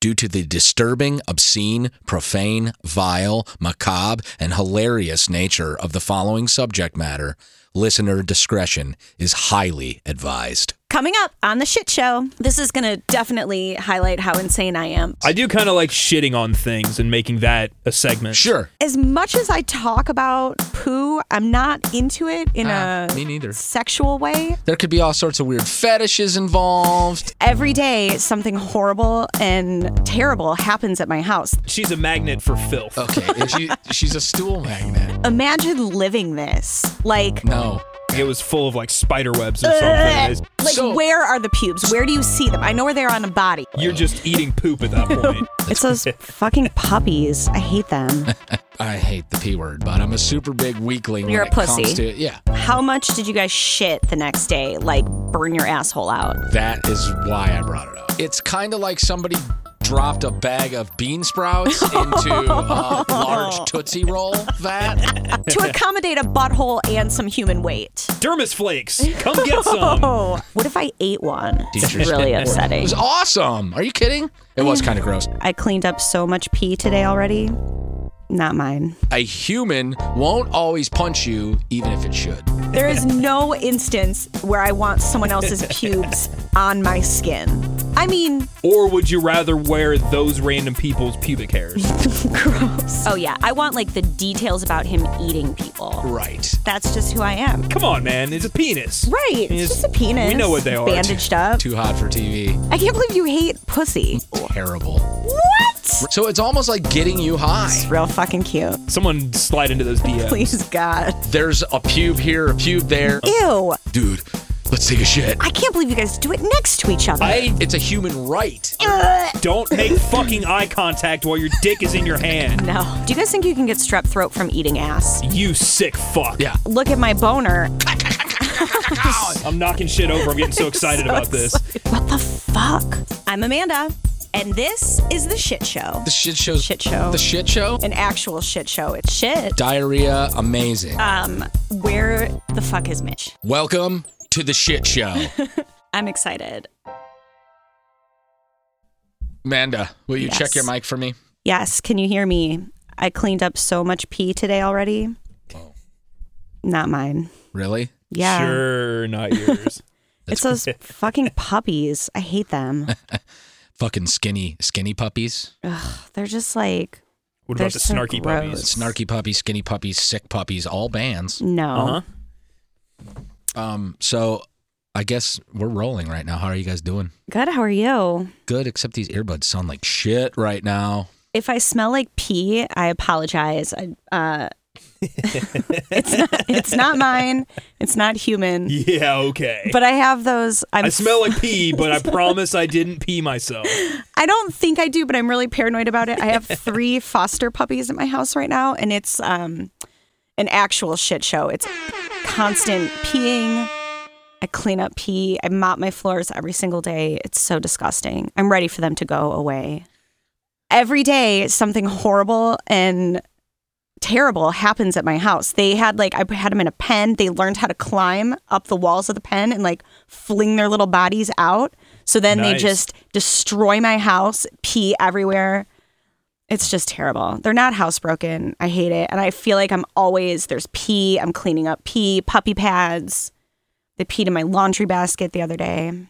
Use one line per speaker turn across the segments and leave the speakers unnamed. due to the disturbing, obscene, profane, vile, macabre, and hilarious nature of the following subject matter, listener discretion is highly advised.
Coming up on the shit show, this is going to definitely highlight how insane I am.
I do kind of like shitting on things and making that a segment.
Sure.
As much as I talk about poo, I'm not into it in
Ah,
a
me neither.
sexual way.
There could be all sorts of weird fetishes involved.
Every day, something horrible and terrible happens at my house.
She's a magnet for filth.
Okay, and she, she's a stool magnet.
Imagine living this. Like,
No.
It was full of like spider webs or something.
like
So-
where are the pubes? Where do you see them? I know where they are on a body.
You're just eating poop at that point.
It's those fucking puppies. I hate them.
I hate the P word, but I'm a super big weakling.
You're
when
a
it comes
pussy.
to- yeah,
How much did you guys shit the next day? Like, burn your asshole out.
that is why I brought it up. It's kind of like somebody dropped a bag of bean sprouts into a large Tootsie Roll vat.
to accommodate a butthole and some human weight.
Dermis flakes, come get some.
Oh, what if I ate one? It's
Teachers
really
It
upsetting.
was awesome. Are you kidding? It was kind of gross.
I cleaned up so much pee today already. Not mine.
A human won't always punch you, even if it should.
There is no instance where I want someone else's pubes on my skin. I mean,
Or would you rather wear those random people's pubic hairs?
gross. Oh, yeah. I want like the details about him eating people.
Right.
That's just who I am.
Come on, man. It's a penis.
Right. It's just a penis.
We know what they are.
Bandaged up.
Too hot for TV.
I can't believe you hate pussy.
Terrible.
What?
So it's almost like getting you high.
It's real fucking cute.
Someone slide into those DMs.
Please, God.
There's a pube here, a pube there.
Ew.
Dude, let's take a shit.
I can't believe you guys do it next to each other.
I
It's a human right.
don't make fucking eye contact while your dick is in your hand.
no. Do you guys think you can get strep throat from eating ass?
You sick fuck.
Yeah.
Look at my boner.
I'm knocking shit over. I'm getting so excited about this.
What the fuck? I'm Amanda, and this is the shit show.
The shit show.
Shit show.
The shit show.
An actual shit show. It's shit.
Diarrhea, amazing.
Um, where the fuck is Mitch?
Welcome to the shit show.
I'm excited.
Amanda, will you check
Yes.
your mic for me?
Yes, can you hear me? I cleaned up so much pee today already. Not mine.
Oh, Really?
Yeah.
Sure, not yours.
It's those fucking puppies. I hate them.
Fucking skinny, skinny puppies.
They're just like
What
They're
about the
so
snarky
gross.
puppies?
Snarky puppies, skinny puppies, sick puppies, all bands.
no.
Uh huh.
Um, so I guess we're rolling right now. How are you guys doing?
Good. How are you?
Good, except these earbuds sound like shit right now.
If I smell like pee, I apologize. I, uh, it's not. It's not mine. It's not human.
Yeah. Okay.
But I have those. I'm,
I smell like pee, but I promise I didn't pee myself.
I don't think I do, but I'm really paranoid about it. I have three foster puppies at my house right now, and it's um, an actual shit show. It's constant peeing. I clean up pee. I mop my floors every single day. It's so disgusting. I'm ready for them to go away. Every day, something horrible and terrible happens at my house. They had like I had them in a pen. They learned how to climb up the walls of the pen and like fling their little bodies out. So then they
Nice.
just destroy my house, pee everywhere. It's just terrible. They're not housebroken. I hate it. And I feel like I'm always there's pee. I'm cleaning up pee, puppy pads. They peed in my laundry basket the other day.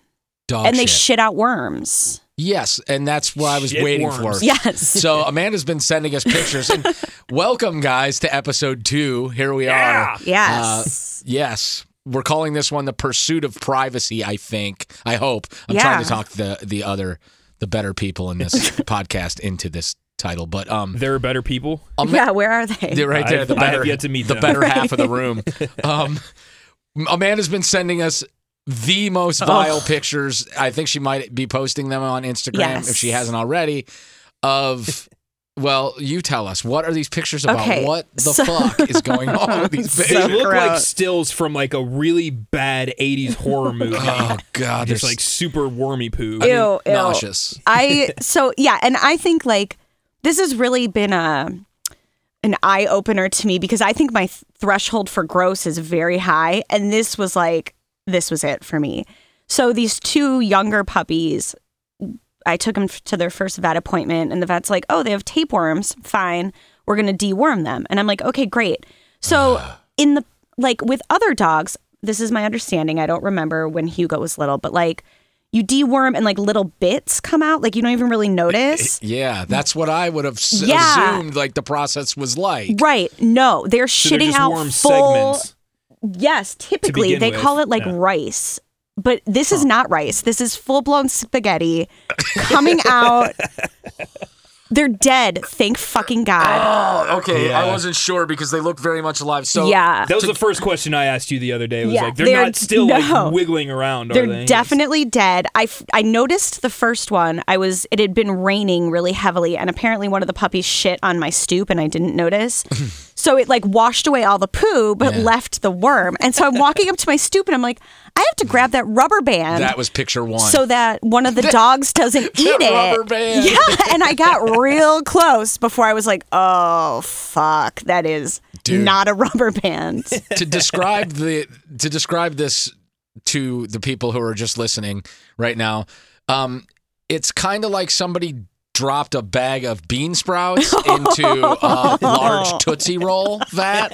Dog
and they
Oh, shit.
shit out worms.
yes, and that's what I was
Shit
waiting
worms.
for.
Yes.
So Amanda's been sending us pictures. And welcome, guys, to episode two. Here we
Yeah.
are.
Yes.
Yes. We're calling this one the pursuit of privacy, I think. I hope. I'm trying to
Yeah.
talk the the other the better people in this podcast into this title. But um
There are better people.
yeah, where are they?
they're right there,
I've-
the
I have
better
yet to meet
the
them.
better half of the room. Um Amanda's been sending us the most
Oh.
vile pictures. I think she might be posting them on Instagram
Yes.
if she hasn't already. Of well, you tell us what are these pictures about?
Okay,
What the
so-
fuck is going on with these
They
pictures?
look like
gross.
stills from like a really bad '80s horror movie.
Oh god,
Just
there's
like super wormy poo.
Ew, ew.
nauseous.
I so yeah, and I think like this has really been a an eye opener to me because I think my th- threshold for gross is very high, and this was like this was it for me. So these two younger puppies I took him f- to their first vet appointment, and the vet's like, "Oh, they have tapeworms. Fine, we're gonna deworm them." And I'm like, "Okay, great." So in the like with other dogs, this is my understanding. I don't remember when Hugo was little, but like you deworm and like little bits come out, like you don't even really notice.
Yeah, that's what I would have s-
Yeah.
assumed like the process was like.
Right? No, they're
So they're
shitting
just
out
worm
full.
segments.
Yes, typically
begin
they
with,
call it like
yeah.
rice, but this is not rice. This is full blown spaghetti coming out. They're dead. Thank fucking God.
Oh, okay.
Yeah.
I wasn't sure because they look very much alive. So
yeah.
That was the first question I asked you the other day.
uh,
Was
Yeah,
like they're,
they're-
not still
no.
like wiggling around, are
They're
they?
definitely dead. I, f- I noticed the first one. I was it had been raining really heavily, and apparently one of the puppies shit on my stoop, and I didn't notice. so it like washed away all the poo, but left the worm. And so I'm walking up to my stoop, and I'm like, I have to grab that rubber band.
that was picture one.
so that one of the dogs doesn't eat it.
rubber band.
Yeah, and I got real close before I was like, "Oh fuck, that is
Dude.
not a rubber band."
to describe the to describe this to the people who are just listening right now, um, it's kind of like somebody dropped a bag of bean sprouts into a large tootsie roll vat.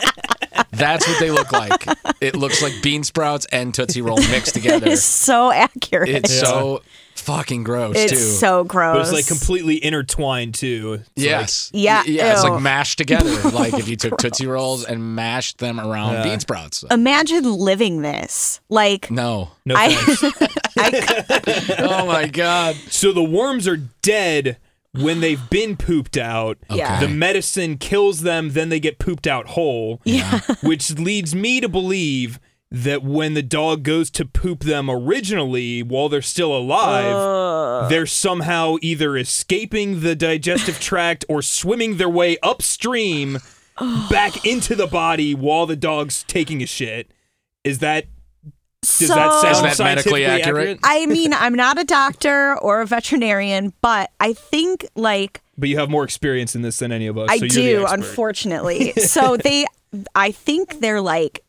That's what they look like. It looks like bean sprouts and tootsie roll mixed
it
together.
is so accurate.
It's
Yeah.
so fucking gross
It's
too.
so gross.
But it's like completely intertwined too. It's
yes.
Yeah,
Y- Yeah. It's
ew.
like mashed together. like if you took tootsie rolls and mashed them around
Yeah.
bean sprouts.
Um, Imagine living this. Like
No.
Like, no thanks.
I, I,
Oh my god.
So the worms are dead when they've been pooped out.
Yeah.
Okay.
The medicine kills them, then they get pooped out whole.
yeah.
Which leads me to believe that when the dog goes to poop them originally while they're still alive, they're somehow either escaping the digestive tract or swimming their way upstream back into the body while the dog's taking a shit. Is that does
so
that sound
Is that medically
scientifically
accurate?
I mean, I'm not a doctor or a veterinarian, but I think like
But you have more experience in this than any of us.
I
Oh, so you're the
do,
expert.
unfortunately. so they, I think they're like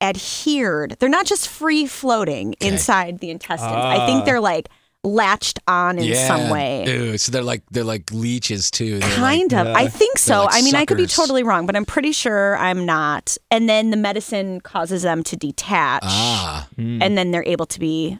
adhered. They're not just free floating inside the intestines. I think
Ah.
they're like latched on in
yeah.
some way.
Ew, so they're like they're like leeches too. They're
Kind
like,
of. I think so.
like
I mean, I could be
suckers.
totally wrong, but I'm pretty sure I'm not. And then the medicine causes them to detach,
Ah,
hmm.
and then they're able to be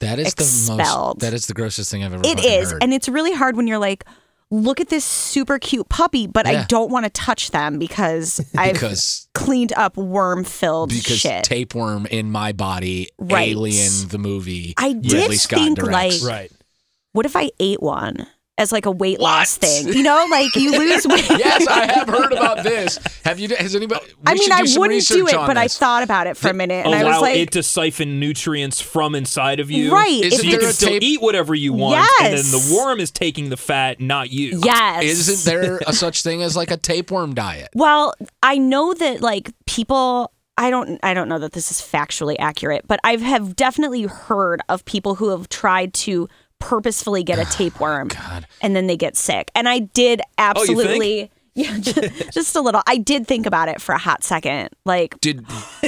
that is the most.
Expelled.
That is the grossest thing I've ever.
It
fucking
is.
heard.
And it's really hard when you're like, look at this super cute puppy, but
Yeah.
I don't want to touch them because I've
because
cleaned up worm filled
because
shit.
tapeworm in my body,
Right.
Alien the movie.
I
Ridley
did
Scott
think,
directs.
like-
Right.
what if I ate one as like a weight
What?
loss thing? You know, like you lose weight.
yes, I have heard about this. Have you? Has anybody? We
I mean,
should
I
do some
wouldn't do
research
it,
on
but I
this.
thought about it for a minute and I
Allow
was like,
it to siphon nutrients from inside of you.
Right,
So
Isn't
you
there
can
a
still
tape-
eat whatever you want. And then
Yes.
the worm is taking the fat, not you.
yes.
Isn't there a such thing as like a tapeworm diet?
Well, I know that like people I don't I don't know that this is factually accurate, but I've have definitely heard of people who have tried to purposefully
Oh
get a tapeworm and then they get sick. And I did
you think?
absolutely yeah, just, just a little. I did think about it for a hot second. Like
Did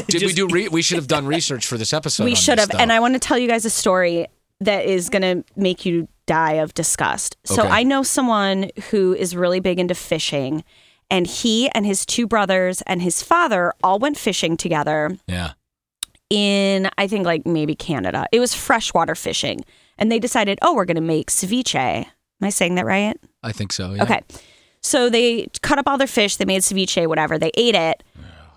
did we do? Re- we should have done research for this episode.
we
on
should
this,
have. And
though.
I want to tell you guys a story that is going to make you die of disgust. So
Okay.
I know someone who is really big into fishing, and he and his two brothers and his father all went fishing together
yeah.
in I think like maybe Canada. It was freshwater fishing, and they decided, oh, we're going to make ceviche. Am I saying that right?
I think so. Yeah.
Okay. So they cut up all their fish, they made ceviche, whatever, they ate it.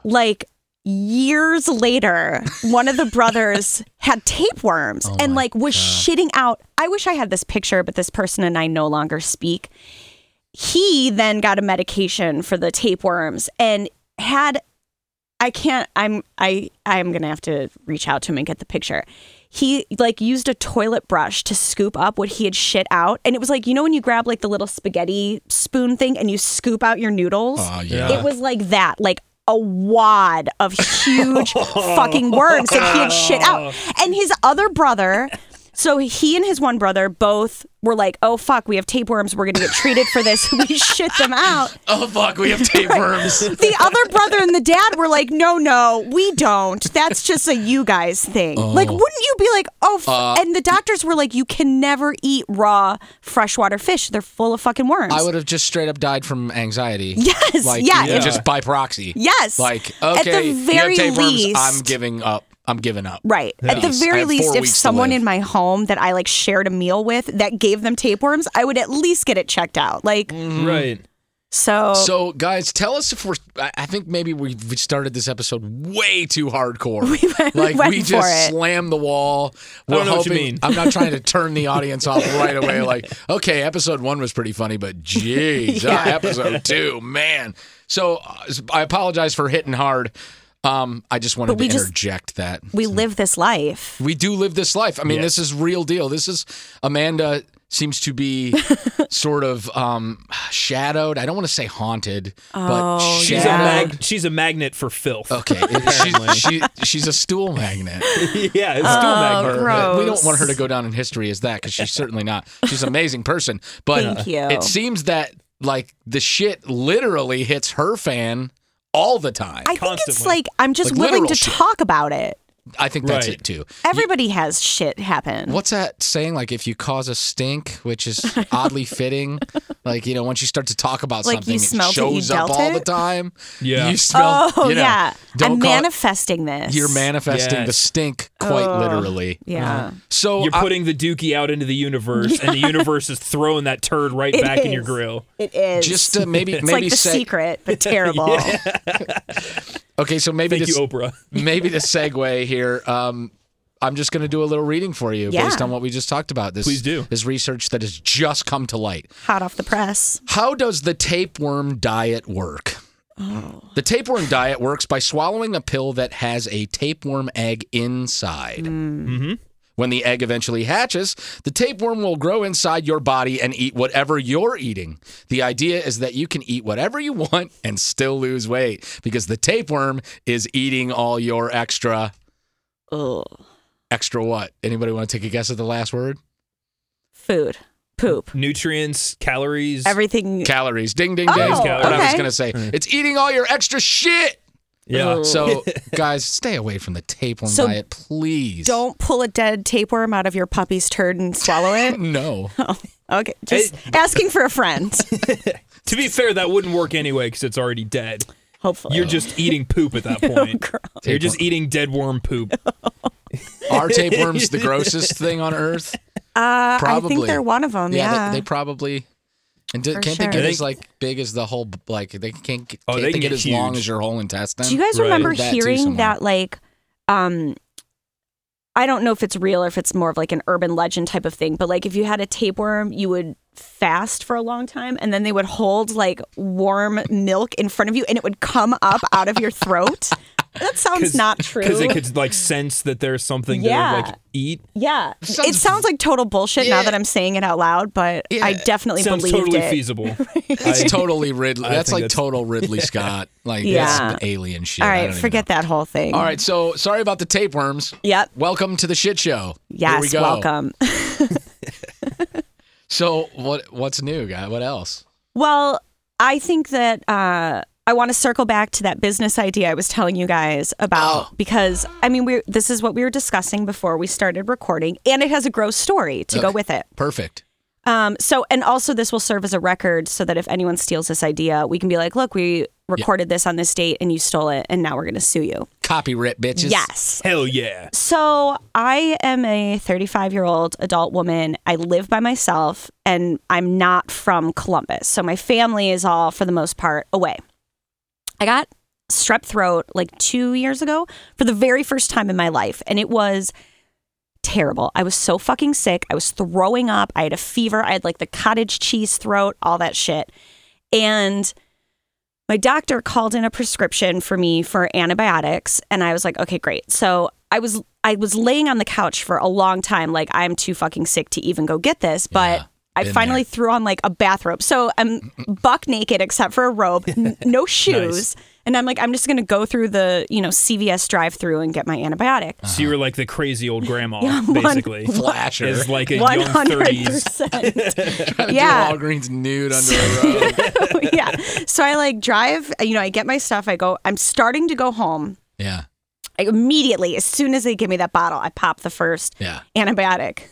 Like years later, one of the brothers had tapeworms and like was shitting out. I wish I had this picture, but this person and I no longer speak. He then got a medication for the tapeworms and had I can't I'm I I'm going to have to reach out to him and get the picture. He like used a toilet brush to scoop up what he had shit out and it was like you know when you grab like the little spaghetti spoon thing and you scoop out your noodles?
Oh yeah.
It was like that, like a wad
Oh.
of huge fucking worms that he had shit out. And his other brother So he and his one brother both were like, "Oh fuck, we have tapeworms. We're gonna get treated for this. we shit them out."
Oh fuck, we have tapeworms.
The other brother and the dad were like, "No, no, we don't. That's just a you guys thing."
Oh.
Like, wouldn't you be like, "Oh," f-?
Uh,
and the doctors were like, "You can never eat raw freshwater fish. They're full of fucking worms."
I would have just straight up died from anxiety.
Yes,
like,
yeah,
you-
it-
just by proxy.
Yes.
Like
At the
okay,
very
you have tapeworms,
least-
I'm giving up. I'm giving up.
Right. At the
Yes. I
very
have
least,
four
if
weeks to
someone
live.
in my home that I like shared a meal with that gave them tapeworms, I would at least get it checked out. Like,
Mm-hmm.
Right.
so,
Mm. So guys, tell us if we're. I I think maybe we we started this episode way too hardcore. like
went
we
for
just
it.
slammed the wall.
I
We're
don't know what you
hoping,
mean.
I'm not trying to turn the audience off right away. Like okay, episode one was pretty funny, but geez, uh, episode two, man. So uh, I apologize for hitting hard. Um, I just wanted
But we
to
just-
interject that.
we live this life.
we do live this life. I mean,
Yes.
this is real deal. This is Amanda seems to be sort of um, shadowed. I don't want to say haunted, but
She's
shadowed.
a mag- she's a magnet for filth.
Okay, it- she's, she, she's a stool magnet.
yeah, it's still a
But
magnet.
We
Oh, gross.
don't want her to go down in history as that because she's certainly not. She's an amazing person, but
Thank you.
it seems that like the shit literally hits her fan all the time.
I
I,
think it's
Constantly.
like I'm just
Like,
willing
literal
to
shit.
talk about it.
think that's
Right.
it too.
Everybody has shit happen.
What's that saying? Like, if you cause a stink, which is oddly fitting, like you know, once you start to talk about
Like,
something,
you smelt
it
it, you
shows up
dealt
all the
it?
time.
Yeah.
you smell.
oh
you know,
yeah,
don't
I'm
call it-
manifesting this.
You're manifesting the
Yes.
stink quite literally. Uh,
Yeah,
So
You're
I-
putting the dookie out into the universe, and the universe is throwing that turd right
It
back in your
is.
grill.
it is.
just uh, maybe
it's
maybe
like the
say
secret, but terrible.
okay. So maybe
Thank
this,
you, Oprah.
maybe the segue here. Um, I'm just going to do a little reading for you
Yeah.
based on what we just talked about. This
Please do.
This research that has just come to light.
Hot off the press.
How does the tapeworm diet work?
Oh.
The tapeworm diet works by swallowing a pill that has a tapeworm egg inside.
Mm.
Mm-hmm.
When the egg eventually hatches, the tapeworm will grow inside your body and eat whatever you're eating. The idea is that you can eat whatever you want and still lose weight because the tapeworm is eating all your extra.
Ugh.
Extra what? Anybody want to take a guess at the last word?
Food, poop,
Nutrients, calories.
everything.
Calories. Ding, ding, ding.
Oh,
what I was
okay.
going to say. It's eating all your extra shit.
yeah.
Ugh.
So, guys, stay away from the tapeworm
So
diet, please.
Don't pull a dead tapeworm out of your puppy's turd and swallow it.
No.
Okay, just asking for a friend.
To be fair, that wouldn't work anyway because it's already dead.
Hopefully, Oh,
You're just eating poop at that point. You're just eating dead worm poop.
Are tapeworms the grossest thing on earth?
Uh, I think
Probably.
they're one of them. Um, Yeah,
They, they probably. And d-
For
can't
sure.
they get
I
as like big as the whole like they can't, get-
Oh,
can't
they
they,
can
get, as
get
long
huge.
as your whole intestine?
Do you guys
Right.
remember
Did that to
hearing
someone.
that like um I don't know if it's real or if it's more of like an urban legend type of thing, but like if you had a tapeworm, you would fast for a long time and then they would hold like warm milk in front of you and it would come up out of your throat. That sounds not true.
Because it could like sense that there's something to
Yeah.
like eat.
yeah.
Sounds-
it sounds like total bullshit now
Yeah.
that I'm saying it out loud, but I
Yeah.
definitely
Sounds
believed
totally
it.
feasible.
It's
I-
totally Ridley.
I
That's
think
like
that's-
total Ridley Scott. Like that's
Yeah.
some alien shit.
All
I
right,
don't even
forget that whole thing.
know. All right, so sorry about the tapeworms.
Yep.
Welcome to the shit show. Here we
Yes,
go.
welcome.
So what what's new, guy? What else?
Well, I think that uh, I want to circle back to that business idea I was telling you guys about
Oh.
because I mean we this is what we were discussing before we started recording, and it has a gross story to go
Okay.
with it.
Perfect.
Um, so and also this will serve as a record so that if anyone steals this idea, we can be like, look, we recorded this on this date and you stole it, and now we're going to sue you.
Copyright bitches.
yes.
Hell yeah.
So I am a 35 year old adult woman. I live by myself and I'm not from Columbus. So my family is all, for the most part, away. I got strep throat like two years ago for the very first time in my life. And it was terrible. I was so fucking sick. I was throwing up. I had a fever. I had like the cottage cheese throat, all that shit. And my doctor called in a prescription for me for antibiotics and I was like, "Okay, great." So, I was I was laying on the couch for a long time like I'm too fucking sick to even go get this, but
Yeah,
I
been
finally
there.
threw on like a bathrobe. So, I'm buck naked except for a robe, n- no shoes. And I'm like, I'm just going to go through the, you know, CVS drive through and get my antibiotic.
So
Uh-huh.
you're like the crazy old grandma,
Yeah, one-
basically.
Flasher.
Is like a young 30s.
yeah.
100%. yeah.
Walgreens nude under a robe.
yeah. So I like drive, you know, I get my stuff. I go, I'm starting to go home.
Yeah.
I immediately, as soon as they give me that bottle, I pop the first
Yeah.
antibiotic.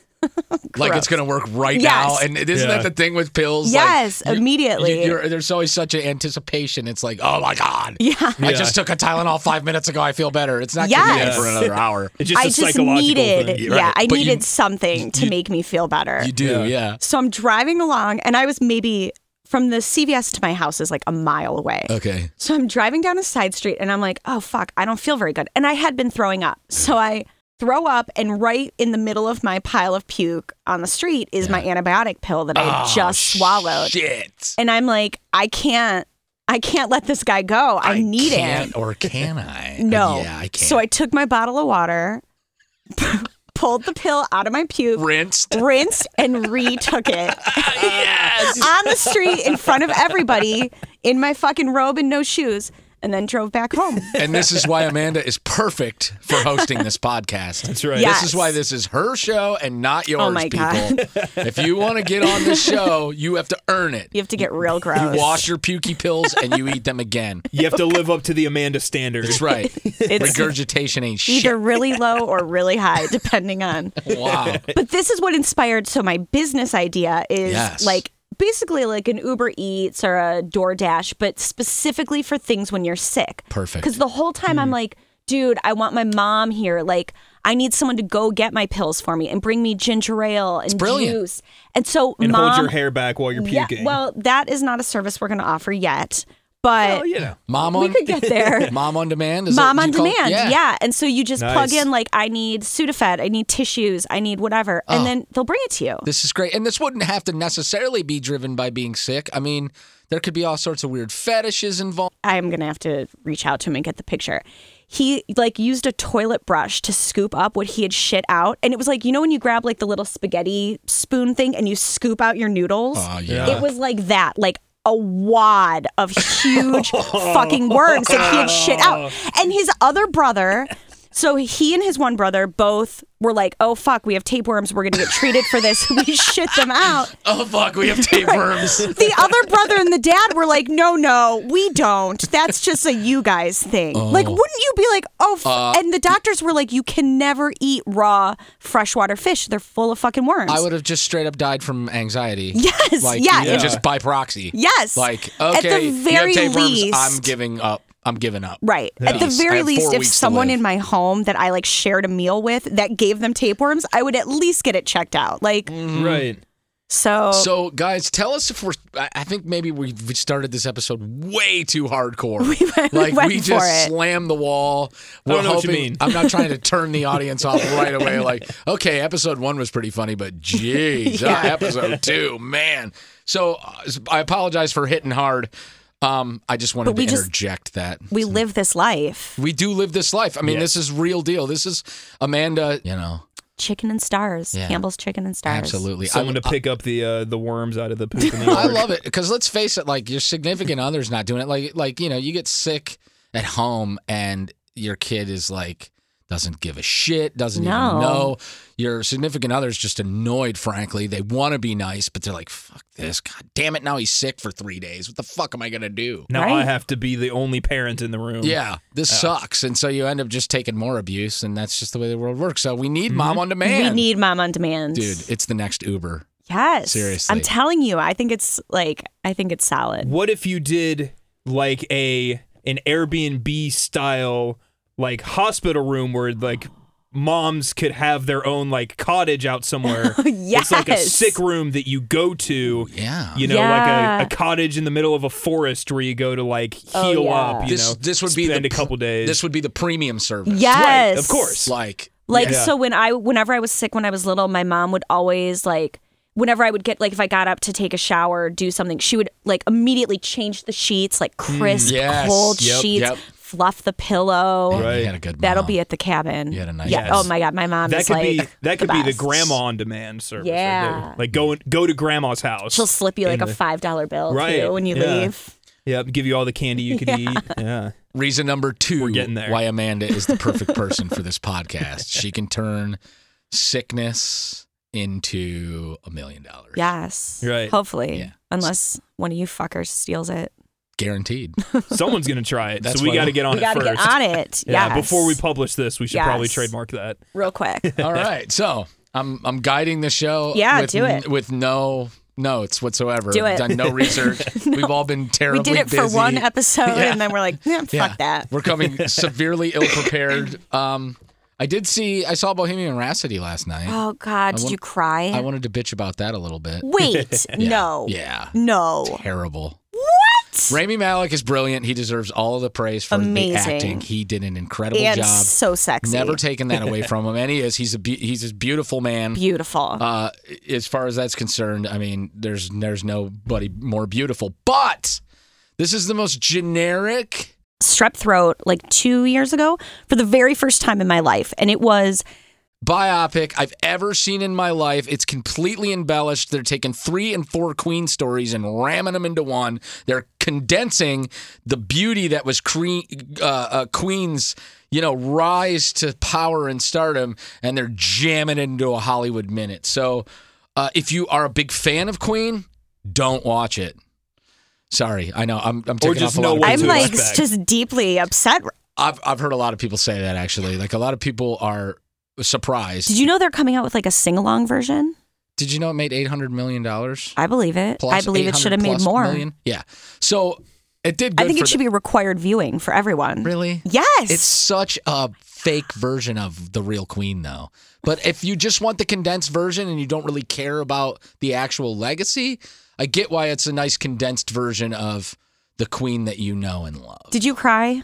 Like it's
Gross.
gonna work right
Yes.
now. And it- isn't that
Yeah.
the thing with pills? Like,
Yes,
you- you-
immediately.
you're- there's always such an anticipation. It's like, oh my god,
yeah.
I
Yeah.
just took a Tylenol five minutes ago. I feel better. It's not gonna be
Yes.
for another hour.
It's just
I
a
just
psychological
needed,
thing.
right.
yeah, I
But you-
needed something to
you-
make me feel better.
You do,
Yeah.
yeah.
so I'm driving along, and I was maybe from the CVS to my house is like a mile away.
Okay.
So I'm driving down a side street and I'm like, oh, fuck, I don't feel very good. And I had been throwing up. So I throw up, and right in the middle of my pile of puke on the street is my antibiotic pill that I had
Oh,
just swallowed.
Shit.
And I'm like, I can't, I can't let this guy go. I, need
can't,
it.
Or can I?
No.
Yeah, I can't.
So I took my bottle of water, pulled the pill out of my puke,
rinsed.
rinsed, and retook it. on the street in front of everybody in my fucking robe and no shoes and then drove back home.
And this is why Amanda is perfect for hosting this podcast.
That's right.
Yeah.
This is why this is her show and not yours,
Oh my
people.
God.
If you want to get on the show, you have to earn it.
You have to get real gross.
You wash your pukey pills and you eat them again.
You have to live up to the Amanda standard.
That's right.
It's
Regurgitation ain't shit.
either really low or really high, depending on.
Wow.
But this is what inspired. So my business idea is
Yes.
like basically like an Uber Eats or a DoorDash, but specifically for things when you're sick.
Perfect. Mm.
Because the whole time I'm like, dude, I want my mom here. Like, I need someone to go get my pills for me and bring me ginger ale and
brilliant.
juice. And so
And
mom,
hold your hair back while you're
Yeah,
puking.
well, that is not a service we're going to offer yet, but
Well, you know.
Mom
we
on
could get there.
Mom on demand is that
Mom
what
on
you call it?
demand, yeah. And so you just plug
Nice.
in like I need Sudafed, I need tissues, I need whatever, and then they'll bring it to you.
This is great. And this wouldn't have to necessarily be driven by being sick. I mean, there could be all sorts of weird fetishes involved.
I'm gonna have to reach out to him and get the picture. He like used a toilet brush to scoop up what he had shit out, and it was like you know when you grab like the little spaghetti spoon thing and you scoop out your noodles.
Oh,
yeah.
It was like that, like a wad of huge
Oh.
fucking worms that he had shit out. And his other brother, so he and his one brother both were like, oh fuck, we have tapeworms. We're going to get treated for this. we shit them out.
Oh, fuck. We have tapeworms.
The other brother and the dad were like, no, no, we don't. That's just a you guys thing.
Oh.
Like, wouldn't you be like, oh, f-?
Uh.
and the doctors were like, you can never eat raw freshwater fish. They're full of fucking worms.
I would have just straight up died from anxiety.
Yes,
Like,
yeah,
you know,
it's-
just by proxy.
Yes.
Like,
At
okay,
the
you
very
have tapeworms,
least-
I'm giving up. I'm giving up.
Right. At the
Yes. I
very
have four
least, if
weeks to
someone
live.
in my home that I like shared a meal with that gave them tapeworms, I would at least get it checked out. Like,
Mm-hmm.
Mm-hmm. Right.
so,
Mm. So, guys, tell us if we're. I I think maybe we we started this episode way too hardcore. like
went
we
for
just
it.
slammed the wall.
I
We're
don't know what you mean.
I'm not trying to turn the audience off right away. Like, okay, episode one was pretty funny, but geez, uh, episode two, man. So uh, I apologize for hitting hard. Um, I just wanted
But we
to
just-
interject that.
we live this life.
We do live this life. I mean, this is real deal. This is Amanda. You know,
Chicken and stars.
Yeah.
Campbell's chicken and stars.
absolutely. I-
Someone to pick up the uh, the worms out of the poop. in the
I
yard.
love it because let's face it, like your significant other's not doing it. Like, like you know, you get sick at home and your kid is like doesn't give a shit, doesn't
No.
even know. Your significant other's just annoyed. Frankly, they want to be nice, but they're like, "Fuck this! God damn it! Now he's sick for three days. What the fuck am I gonna do?"
Now I
Right.
have to be the only parent in the room.
Yeah, this sucks, and so you end up just taking more abuse, and that's just the way the world works. So we need mom on
We
demand,
need mom on demand.
dude. It's the next Uber.
Yes.
Seriously.
I'm telling you, I think it's like, I think it's solid.
What if you did like a an Airbnb style like hospital room where like moms could have their own like cottage out somewhere. It's like a
Yes.
sick room that you go to.
Yeah.
You know,
Yeah.
like a, a cottage in the middle of a forest where you go to like heal
Oh, yeah.
up. You
This-
know,
this would be
spend
the
a couple days.
This would be the premium service.
Yes.
right, of course.
Like
Like
Yeah.
so when I whenever I was sick when I was little, my mom would always like whenever I would get like if I got up to take a shower or do something, she would like immediately change the sheets, like
Hmm.
crisp,
yes.
cold
Yep,
sheets,
yep.
fluff the pillow.
Man,
Right.
You had a good mom.
That'll be at the cabin.
You had a nice
yeah.
house.
Oh my god, my mom
that
is
could
like
be that could be the
best.
grandma on demand service. right
Yeah.
there. like go go to grandma's house.
She'll slip you like
in
a
the-
five dollar bill
Right,
too when you
yeah.
leave.
Yep, give you all the candy you could eat. Yeah.
Reason number 2
getting there.
why Amanda is the perfect person for this podcast. She can turn sickness into a million dollars.
Yes.
Right.
Hopefully.
Yeah.
Unless one of you fuckers steals it.
Guaranteed.
Someone's gonna try it,
That's
so we
why-
got to get on
we
it
gotta
first.
get on it.
yeah,
Yes.
before we publish this, we should probably
Yes.
trademark that.
real quick.
All right. So I'm I'm guiding the show.
Yeah,
with,
do it.
with no notes whatsoever.
Do it.
Done no research. We've all been
we
terribly
did it for
busy.
one episode
Yeah.
and then we're like, eh, fuck
Yeah.
that.
We're coming severely ill prepared. Um, I did see. I saw Bohemian Rhapsody last night.
Oh God, did
wan-
you cry?
I wanted to bitch about that a little bit.
Wait, no.
Yeah.
No.
Terrible.
What?
Rami Malik is brilliant. He deserves all of the praise for
Amazing.
the acting. He did an incredible
And
job.
so sexy.
Never taken that away from him, and he is. He's a be- he's a beautiful man.
Beautiful.
Uh, as far as that's concerned, I mean, there's there's nobody more beautiful. But this is the most generic.
Strep throat like two years ago for the very first time in my life. And it was
biopic I've ever seen in my life. It's completely embellished. They're taking three and four Queen stories and ramming them into one. They're condensing the beauty that was cre- uh, uh, Queen's, you know, rise to power and stardom, and they're jamming it into a Hollywood minute. So, uh, if you are a big fan of Queen, don't watch it. Sorry, I know I'm. I'm taking
just
off a
know
lot of
what
I'm
to
like
expect.
just deeply upset.
I've I've heard a lot of people say that actually. Like a lot of people are surprised.
Did you know they're coming out with like a sing along version?
Did you know it made eight hundred million dollars?
I believe it. I believe it should have made more.
Million? Yeah. So it did. Good
I think
for
it should be required viewing for everyone.
the- really.
Yes.
It's such a fake version of the real Queen, though. But if you just want the condensed version and you don't really care about the actual legacy, I get why it's a nice condensed version of the Queen that you know and love.
Did you cry?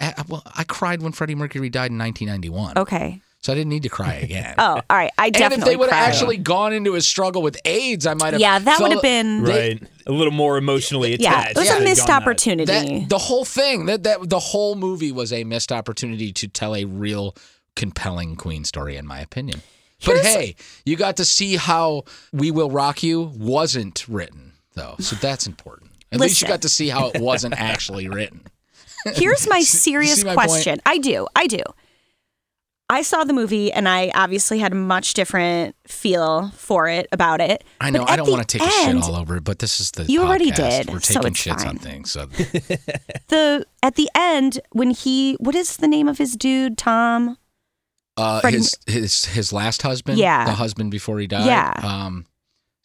I, I- well, I cried when Freddie Mercury died in 1991,
Okay.
so I didn't need to cry again.
Oh, all right. I
and
definitely
if they would
cried.
have actually gone into his struggle with AIDS, I might have.
yeah, that
felt-
would have been.
Right, a little more emotionally
Yeah,
attached.
it was
Yeah,
a
had they
missed
gone that-
opportunity.
That, the whole thing that that the whole movie was a missed opportunity to tell a real compelling Queen story, in my opinion. But
Here's-
hey, you got to see how "We Will Rock You" wasn't written, though, so that's important. At least you
Listen.
got to see how it wasn't actually written.
Here's my
see
serious
my point?
question. I do. I do. I saw the movie and I obviously had a much different feel for it about it.
I know
But
I
at
don't
the
want to take a shit
end,
all over it, but this is the
You already
podcast.
did,
We're
so
taking
it's
shits on
fine.
things, so
The at the end when he what is the name of his dude Tom?
uh,
Freddie-
his his his last husband,
Yeah.
the husband before he died,
Yeah.
um,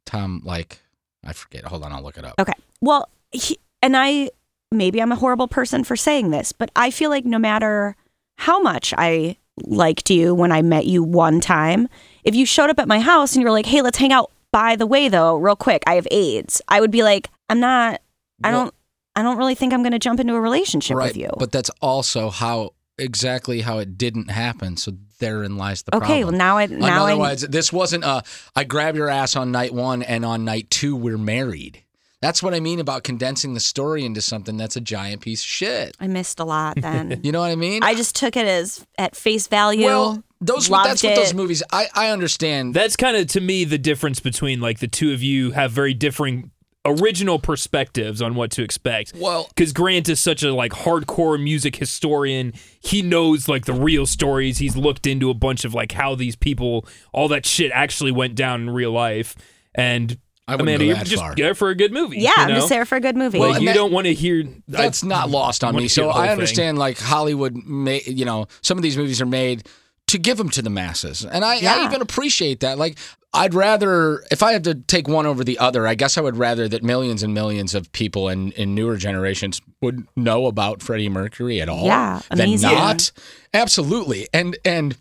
Tom, like I forget. Hold on, I'll look it up.
Okay. Well, he, and I maybe I'm a horrible person for saying this, but I feel like no matter how much I liked you when I met you one time, if you showed up at my house and you were like, "Hey, let's hang out." By the way, though, real quick, I have AIDS. I would be like, "I'm not. I
Well-
don't. I don't really think I'm going to jump into a relationship
right,
with you."
But that's also how exactly how it didn't happen. So therein lies the
okay. Well,
problem.
now I now I
Otherwise, this wasn't a I grab your ass on night one and on night two we're married. That's what I mean about condensing the story into something that's a giant piece of shit.
I missed a lot then.
You know what I mean?
I just took it as at face value.
well, those
loved
that's what those
it.
movies. I I understand.
That's kind of to me the difference between like the two of you have very differing original perspectives on what to expect.
well,
because Grant is such a like hardcore music historian. He knows like the real stories. He's looked into a bunch of like how these people, all that shit actually went down in real life. And
I wouldn't
Amanda,
go
you're
that
just
far.
there for a good movie.
yeah,
you
I'm just
know?
there for a good movie.
Like,
Well, and
you
that-
don't want to hear.
that's not lost on
wanna
me.
hear
So
the whole
I
thing.
understand like Hollywood, ma- you know, some of these movies are made to give them to the masses, and I, I
Yeah.
even appreciate that. Like I'd rather, if I had to take one over the other, I guess I would rather that millions and millions of people in, in newer generations would know about Freddie Mercury at all,
Yeah,
than
amazing.
not. Absolutely, and and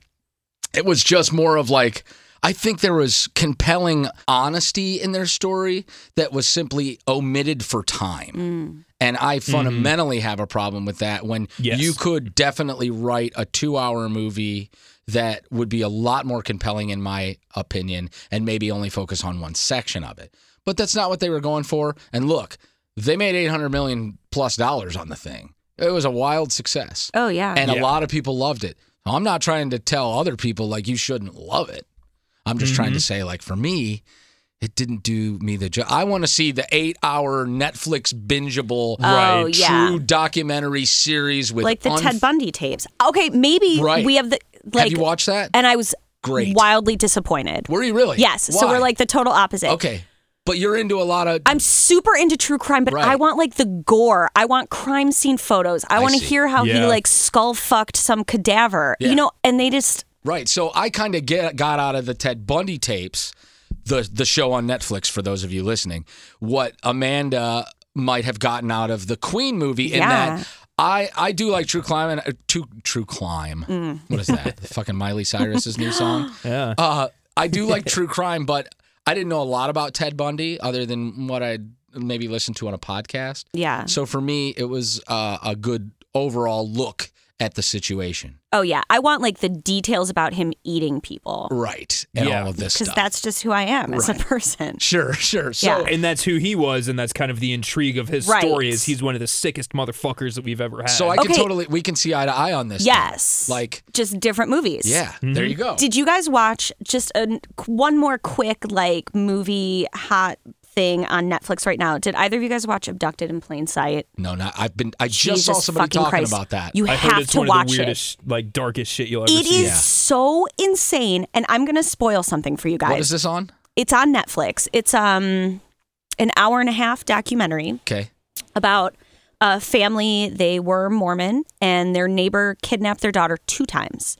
it was just more of like I think there was compelling honesty in their story that was simply omitted for time. And I fundamentally have a problem with that when
Yes.
you could definitely write a two hour movie that would be a lot more compelling, in my opinion, and maybe only focus on one section of it. But that's not what they were going for. And look, they made 800 million plus dollars on the thing. It was a wild success
oh yeah.
and a
Yeah.
lot of people loved it. I'm not
Mm-hmm.
trying to tell other people like you shouldn't love it. I'm just trying to say like for me, it didn't do me the job. I want to see the eight hour Netflix bingeable
Right.
true
Oh,
yeah.
documentary series with
like the
un-
Ted Bundy tapes. Okay, maybe
Right.
we have the like.
Have you watched that?
And I was
Great.
wildly disappointed.
Were you really?
Yes, so
Why?
we're like the total opposite.
okay, but you're into a lot of
I'm super into true crime, but I
Right.
want like the gore. I want crime scene photos. I,
I
want to
see.
hear how he
Yeah.
like skull fucked some cadaver.
Yeah.
You know, and they just
right. So I kind of get got out of the Ted Bundy tapes, the the show on Netflix for those of you listening, what Amanda might have gotten out of the Queen movie in
Yeah.
that. I, I do like true crime and uh, true true crime.
Mm.
What is that? Fucking Miley Cyrus's new song.
Yeah.
Uh, I do like true crime, but I didn't know a lot about Ted Bundy other than what I maybe listened to on a podcast.
yeah.
So for me, it was uh, a good overall look at the situation.
Oh yeah, I want like the details about him eating people
Right. And
Yeah.
all of this
because
stuff.
that's just who I am as a
Right.
person.
sure, sure. So
Yeah.
And that's who he was, and that's kind of the intrigue of his
Right.
story. Is he's one of the sickest motherfuckers that we've ever had.
so I can
Okay.
totally we can see eye to eye on this. thing.
Yes.
Like
just different movies.
yeah, there you go.
Did you guys watch just a, one more quick like movie hot thing on Netflix right now? Did either of you guys watch Abducted in Plain Sight?
no, not I've been I just
Jesus
saw somebody
fucking
talking
Christ.
about that.
You
I heard
have
it's
to
one
watch
of the
it.
weirdest, like darkest shit you'll ever
It
see.
is
Yeah.
so insane, and I'm gonna spoil something for you
what is
guys.
this on?
It's on Netflix. It's um an hour and a half documentary.
Okay.
about a family. They were Mormon, and their neighbor kidnapped their daughter two times.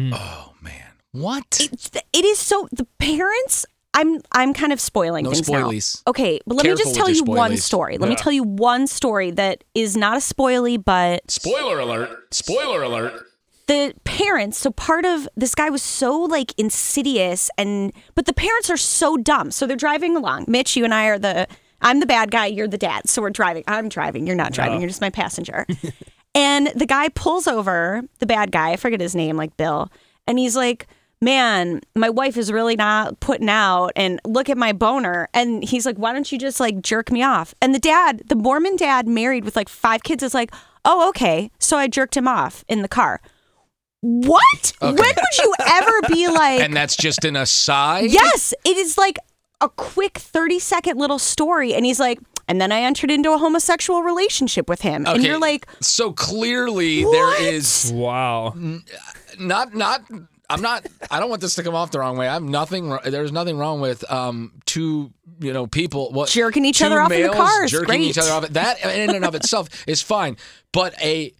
Oh man. What?
It's, it is so the parents. I'm I'm kind of spoiling
No
things
spoilies.
now. Okay, but let me
Careful
just
with
tell
your
you one
spoilies.
story. Let me
Yeah.
tell you one story that is not a spoily, but
Spoiler alert. Spoiler alert.
the parents so part of this guy was so like insidious and but the parents are so dumb so they're driving along mitch you and i are the i'm the bad guy you're the dad so we're driving i'm driving you're not driving you're just my passenger and the guy pulls over the bad guy i forget his name like bill and he's like man my wife is really not putting out and look at my boner and he's like why don't you just like jerk me off and the dad the mormon dad married with like five kids is like oh okay so i jerked him off in the car what? When would you ever be like,
And that's just an aside?
yes, it is like a quick 30 second little story. And he's like, and then I entered into a homosexual relationship with him. And
Okay.
you're like,
So clearly
What?
there is
Wow.
not not I'm not I don't want this to come off the wrong way. I'm nothing wr- there's nothing wrong with um two, you know, people what
Jerking each
two
other off in the
males
car is
jerking each
great.
other off. That in and of itself is fine. But a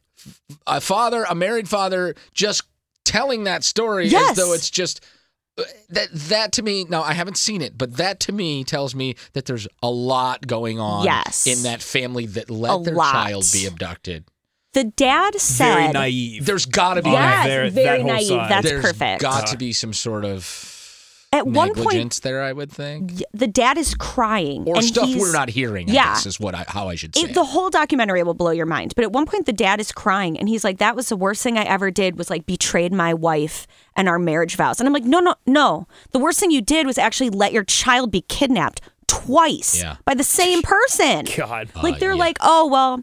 a father, a married father just telling that story
Yes.
as though it's just that that to me now I haven't seen it, but that to me tells me that there's a lot going on
Yes.
in that family that let
A
their
lot.
child be abducted.
the dad said,
Very naive.
There's got to be
Yeah,
Yes,
there-
very
that whole
naive.
side.
That's
There's
perfect.
Got
Uh,
to be some sort of
At one point,
negligence there, I would think,
the dad is crying.
or
and
stuff
he's-
we're not hearing. I
Yeah.
guess, is what I, how I should say.
It, the whole documentary will blow your mind. But at one point, the dad is crying, and he's like, "That was the worst thing I ever did was like betrayed my wife and our marriage vows." And I'm like, "No, no, no! The worst thing you did was actually let your child be kidnapped twice
Yeah. Uh,
by the same person."
God.
Like they're like, "Oh well."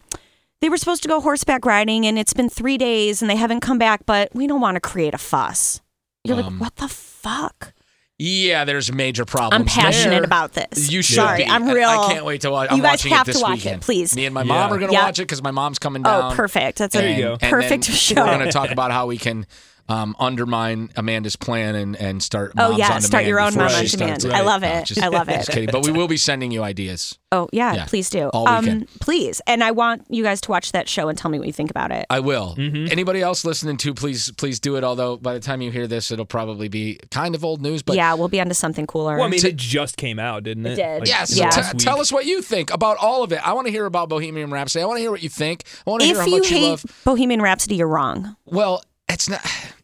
They were supposed to go horseback riding, and it's been three days, and they haven't come back. But we don't want to create a fuss. You're
Um,
like, what the fuck?
yeah, there's major problems.
I'm passionate
there.
about this.
You should
Sorry,
be.
I'm
I-
real.
I can't wait to watch. I'm
you guys
watching
have
it this
to watch
weekend.
it, please.
Me and my
Yeah.
mom are gonna
Yeah.
watch it because my mom's coming down.
Oh, perfect. That's
There
a
And-
you go.
and then
perfect show.
We're gonna talk about how we can. Um, undermine Amanda's plan and, and start.
Oh
Moms
yeah,
on
start
Demand
your own
before
mom
she
on
she
starts
demand.
it.
I love
No,
it.
just-
I love
just
it.
kidding. But we will be sending you ideas.
Oh yeah,
Yeah.
please do. Um,
All weekend.
please, and I want you guys to watch that show and tell me what you think about it.
I will.
Mm-hmm.
Anybody else listening to, please, please do it. Although by the time you hear this, it'll probably be kind of old news. But
yeah, we'll be onto something cooler.
Well, I mean, it just came out, didn't it?
did.
Like,
Yeah, so
Yeah.
t-
last week.
tell us what you think about all of it. I want to hear about Bohemian Rhapsody. I want to hear what you think. I want to hear
if
how
you
much you
hate
love.
Bohemian Rhapsody, you're wrong.
Well, it's not.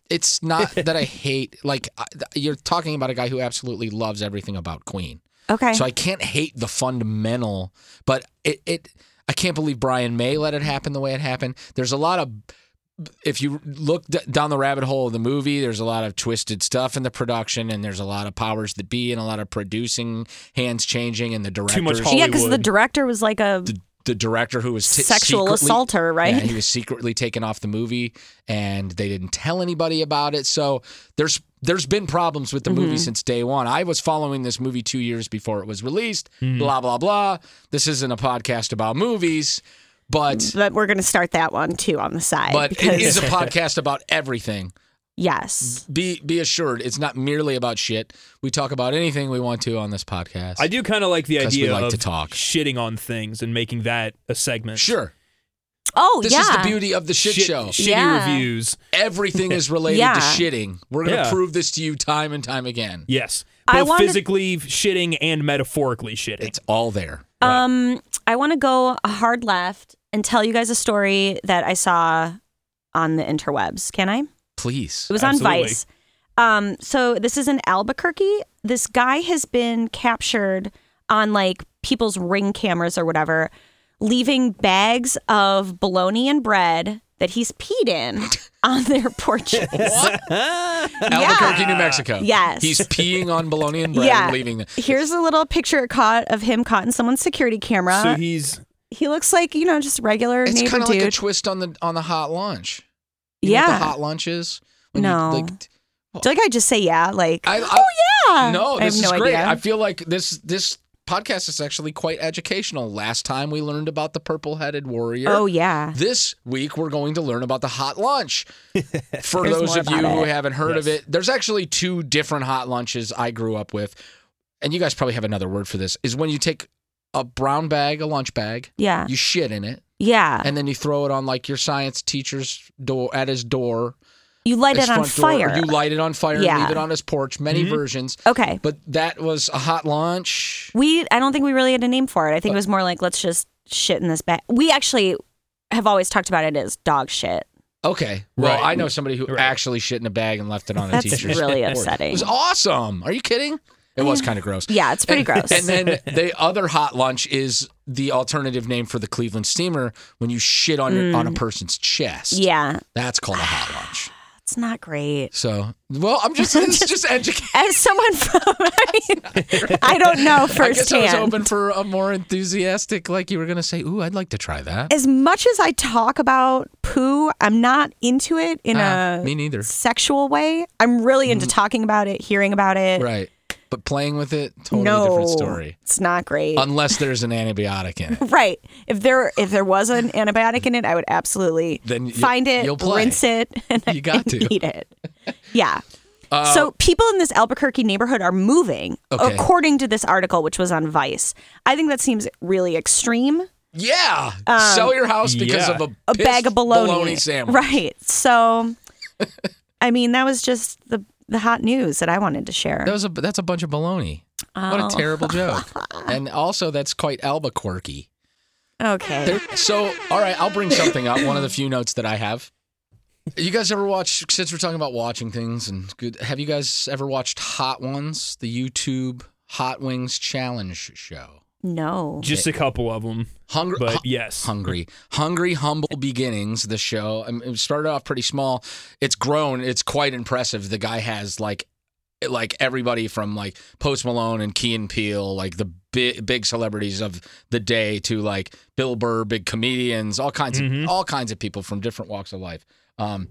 It's not that I hate. Like I- th- you're talking about a guy who absolutely loves everything about Queen.
Okay.
So I can't hate the fundamental, but it, it I can't believe Brian May let it happen the way it happened. There's a lot of if you look d- down the rabbit hole of the movie, there's a lot of twisted stuff in the production, and there's a lot of powers that be, and a lot of producing hands changing, and the directors.
Too much Hollywood.
yeah, because the director was like a
the director who was t-
Sexual
secretly-
assaulter, right?
Yeah, he was secretly taken off the movie, and they didn't tell anybody about it. So there's there's been problems with the
Mm-hmm.
movie since day one. I was following this movie two years before it was released. Blah blah blah. This isn't a podcast about movies, but
But we're going to start that one too on the side.
but
because,
it is a podcast about everything.
yes.
Be be assured, it's not merely about shit. We talk about anything we want to on this podcast.
I do kind of like the
'Cause we
idea
like
of
to talk.
shitting on things and making that a segment.
sure.
Oh,
This
yeah.
is the beauty of the shit,
Shit-
show.
Shitty
Yeah.
reviews.
Everything is related
Yeah.
to shitting. We're gonna
Yeah.
prove this to you time and time again.
Yes.
I
Both
wanted-
physically shitting and metaphorically shitting.
It's all there.
Um, I want to go a hard left and tell you guys a story that I saw on the interwebs. Can I?
Please.
It was on
Absolutely.
Vice. Um, so this is in Albuquerque. This guy has been captured on like people's ring cameras or whatever, leaving bags of bologna and bread that he's peed in on their porches.
What?
Uh-huh.
Albuquerque, New Mexico.
Yes.
He's peeing on bologna and bread
yeah.
and leaving. The-
Here's a little picture caught of him caught in someone's security camera.
so he's
he-, looks like you know just a regular
it's
neighbor
kind of
dude.
like a twist on the on the hot lunch. You know what
yeah.
the hot lunch is? When you,
No.
like,
Do like I just say yeah? Like
I- I-
oh yeah.
no,
I have
this
no
is great.
idea.
I feel like this this podcast is actually quite educational. Last time we learned about the purple headed warrior.
oh yeah.
This week, we're going to learn about the hot lunch. For
There's
those
more
of you
about
who
it.
haven't heard of
Yes.
it, there's actually two different hot lunches I grew up with. And you guys probably have another word for this is when you take a brown bag, a lunch bag,
Yeah.
you shit in it,
Yeah.
and then you throw it on like your science teacher's door at his door.
You light
his
it on
front door, or
fire.
you light it on fire and
Yeah. Mm-hmm.
leave it on his porch, many versions.
okay.
But that was a hot lunch.
We I don't think we really had a name for it. I think
Uh
it was more like let's just shit in this bag. We actually have always talked about it as dog shit.
Okay. Well,
Right.
I know somebody who
Right.
actually shit in a bag and left it on a
That's
teacher's
really
board.
upsetting.
It was awesome. Are you kidding? It was kind of gross.
Yeah, it's pretty gross.
And then the other hot lunch is the alternative name for the Cleveland steamer when you shit on your, on a person's chest.
Mm. yeah,
That's called a hot lunch.
it's not great.
So, well, I'm just it's just educating.
As someone from I, mean, I don't
I
know
guess I
firsthand.
was hoping for a more enthusiastic, like you were going to say, ooh, I'd like to try that.
as much as I talk about poo, I'm not into it in
Ah,
a
me neither. Mm.
sexual way. I'm really into talking about it, hearing about it.
Right. But playing with it, totally
no,
different story. Um,
It's not great.
Unless there's an antibiotic in it.
Right. If there if there was an antibiotic in it, I would absolutely
Then you-
find it,
you'll play.
rinse it, and
You got
and
to. Uh,
eat it. Yeah. so people in this Albuquerque neighborhood are moving,
Okay.
according to this article, which was on Vice. I think that seems really extreme.
Yeah. Sell your house because
yeah.
of Um, a,
A bag
pissed
of bologna,
sandwich.
Right. So, I mean, that was just the the hot news that I wanted to share.
That was a that's a bunch of baloney. What a terrible joke. and also that's quite albuquerque.
okay.
There- so all right, I'll bring something up, one of the few notes that I have. You guys ever watch since we're talking about watching things and good have you guys ever watched Hot Ones, the YouTube Hot Wings challenge show?
no.
just a couple of them,
Hungry
but yes.
hungry hungry humble beginnings the show I mean, it started off pretty small it's grown it's quite impressive the guy has like like everybody from like post malone and key and peel like the big big celebrities of the day to like bill burr big comedians all kinds of all kinds of people from different walks of life um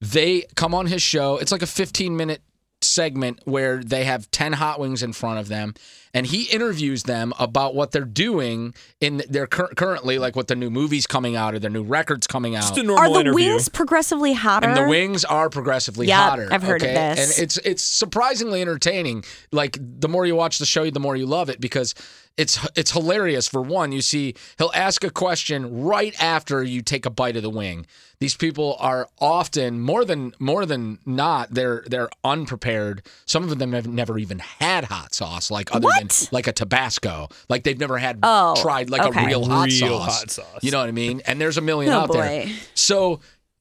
they come on his show it's like a 15 minute segment where they have 10 hot wings in front of them and he interviews them about what they're doing in their cur- currently like what the new movies coming out or their new records coming out
Just a
Are
normal
the
interview.
wings progressively hotter?
and the wings are progressively
Yep,
hotter.
I've heard of
okay?
this.
And it's it's surprisingly entertaining. Like the more you watch the show, the more you love it because it's it's hilarious. For one, you see he'll ask a question right after you take a bite of the wing. These people are often more than more than not they're they're unprepared. Some of them have never even had hot sauce, like other
What?
than like a Tabasco. Like they've never had
Oh,
tried like
okay.
a real hot
Real
sauce.
hot sauce.
You know what I mean? And there's a million
Oh,
out there.
boy.
So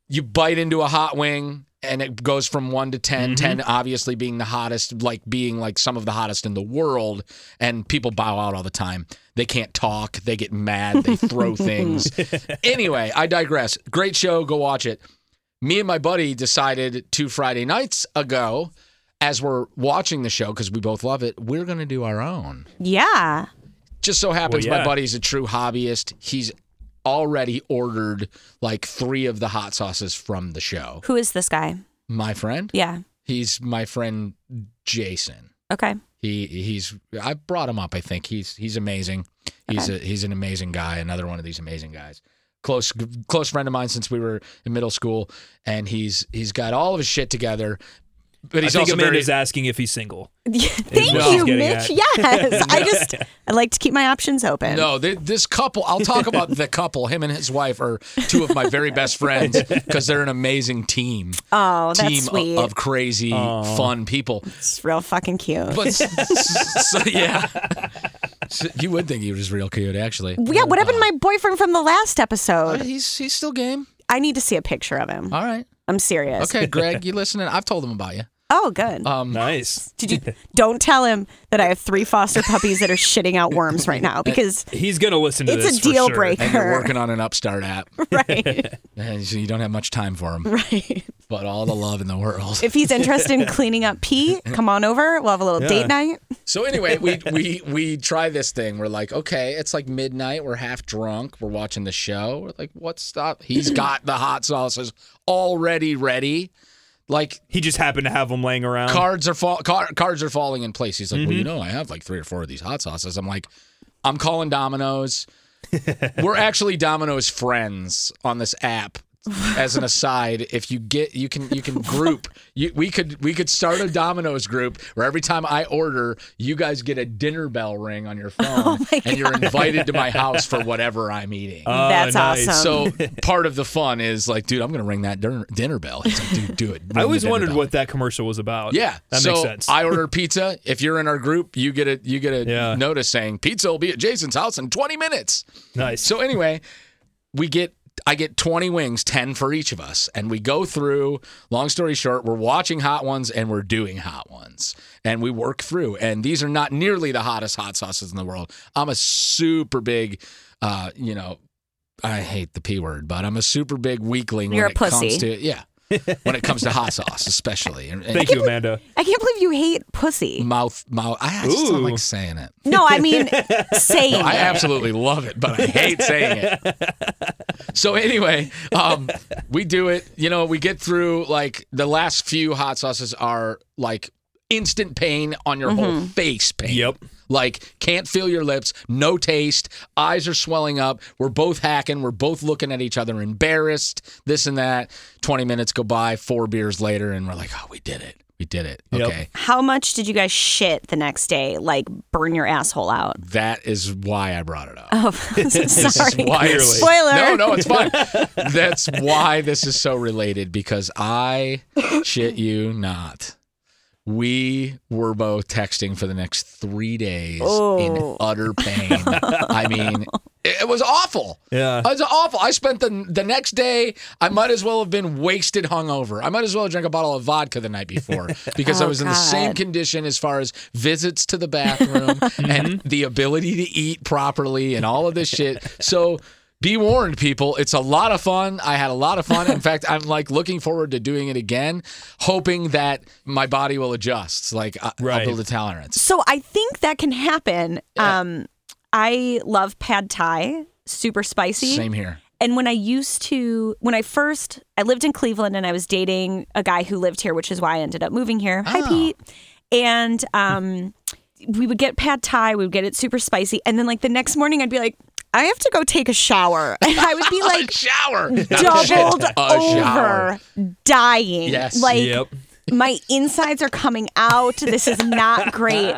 you bite into a hot wing and it goes from 1 to 10 10 obviously being the hottest like being like some of the hottest in the world and people bow out all the time they can't talk they get mad they throw things anyway i digress great show go watch it me and my buddy decided two friday nights ago as we're watching the show because we both love it we're going to do our own
yeah.
Just so happens
Well,
my
yeah.
buddy's a true hobbyist. He's already ordered like three of the hot sauces from the show.
Who is this guy?
My friend,
Yeah.
he's my friend Jason.
Okay.
He he's I brought him up. I think he's he's amazing. He's a, he's an amazing guy. Another one of these amazing guys. Close close friend of mine since we were in middle school, and he's he's got all of his shit together. But
I
he's
think
also very
Amanda's asking if he's single.
Thank
what she's
you,
getting
Mitch. Yes. I just I like to keep my options open.
No, th this couple. I'll talk about the couple. Him and his wife are two of my very best friends because they're an amazing team.
Oh, that's
team o-
sweet.
of crazy, fun people.
it's real fucking cute.
But s- s- so, yeah, So, you would think he was real cute, actually.
yeah, what happened to my boyfriend from the last
Uh,
episode?
He's he's still game.
I need to see a picture of him.
All right.
I'm serious.
Okay, Greg, you listening? I've told him about you.
Oh, good.
Um,
Um,
Nice.
Did you don't tell him that I have three foster puppies that are shitting out worms right now because
He's gonna listen to
it's
this.
a
for
deal
sure.
breaker.
And you're working on an upstart app,
right.
and so you don't have much time for him.
Right.
But all the love in the world.
If he's interested in cleaning up pee, come on over. We'll have a little date night.
So anyway, we we we try this thing. We're like, okay, it's like midnight. We're half drunk. We're watching the show. We're like, what's up? He's got the hot sauces already ready. Like
He just happened to have him laying around.
cards are fall car- cards are falling in place. He's like, well, you
Mm-hmm.
know, I have like three or four of these hot sauces. I'm like, I'm calling Domino's. We're actually Domino's friends on this app. As an aside, if you get you can you can group you, we could we could start a Domino's group where every time I order, you guys get a dinner bell ring on your phone
my
and you're invited to my house for whatever I'm eating.
Oh,
That's
nice.
awesome.
so part of the fun is like, dude, I'm gonna ring that dinner, dinner bell. He's like, dude, do it. Ring
I
the
always
dinner
wondered
bell."
what that commercial was about.
Yeah,
that
so
makes sense.
I order pizza. If you're in our group, you get a you get a
Yeah.
notice saying pizza will be at Jason's house in 20 minutes.
nice.
So anyway, we get I get 20 wings, 10 for each of us, and we go through. Long story short, we're watching hot ones and we're doing hot ones, and we work through. And these are not nearly the hottest hot sauces in the world. I'm a super big, uh, you know, I hate the p word, but I'm a super big weakling
You're a
when it comes
pussy.
to yeah. when it comes to hot sauce, especially, And- and-
Thank you, Amanda.
I can't believe you hate pussy.
mouth mouth. I just don't
Ooh.
like saying it.
No, I mean saying
I
it.
absolutely love it, but I hate saying it. So anyway, um, we do it. You know, we get through like the last few hot sauces are like instant pain on your whole face pain.
Mm-hmm. Yep.
Like can't feel your lips, no taste, eyes are swelling up. We're both hacking, we're both looking at each other embarrassed, this and that. 20 minutes go by, four beers later and we're like, "Oh, we did it. We did it."
Yep.
Okay.
How much did you guys shit the next day? Like burn your asshole out.
That is why I brought it up.
Oh, sorry.
why
Clearly.
Spoiler.
No, no, it's fine. That's why this is so related because I shit you not. We were both texting for the next three days in
Oh.
utter pain. I mean, it it was awful.
Yeah.
It was Uh, awful. I spent the the next day. I might as well have been wasted, hungover. I might as well have drank a bottle of vodka the night before because I
Oh,
was in the same
God.
condition as far as visits to the bathroom and
Mm-hmm.
the ability to eat properly and all of this shit. So be warned, people. It's a lot of fun. I had a lot of fun. In fact, I'm like looking forward to doing it again, hoping that my body will adjust. Like I,
Right.
I'll build a tolerance.
So I think that can happen.
Yeah.
Um, I love pad thai, super spicy.
Same here.
And when I used to, when I first, I lived in Cleveland and I was dating a guy who lived here, which is why I ended up moving here.
Ah.
Hi, Pete. And um, we would get pad thai, we would get it super spicy. And then, like, the next morning, I'd be like, I have to go take a shower. And I would be like,
shower. Not shit,
doubled
a shower.
over, dying.
Yes.
Like,
Yep.
my insides are coming out. This is not great.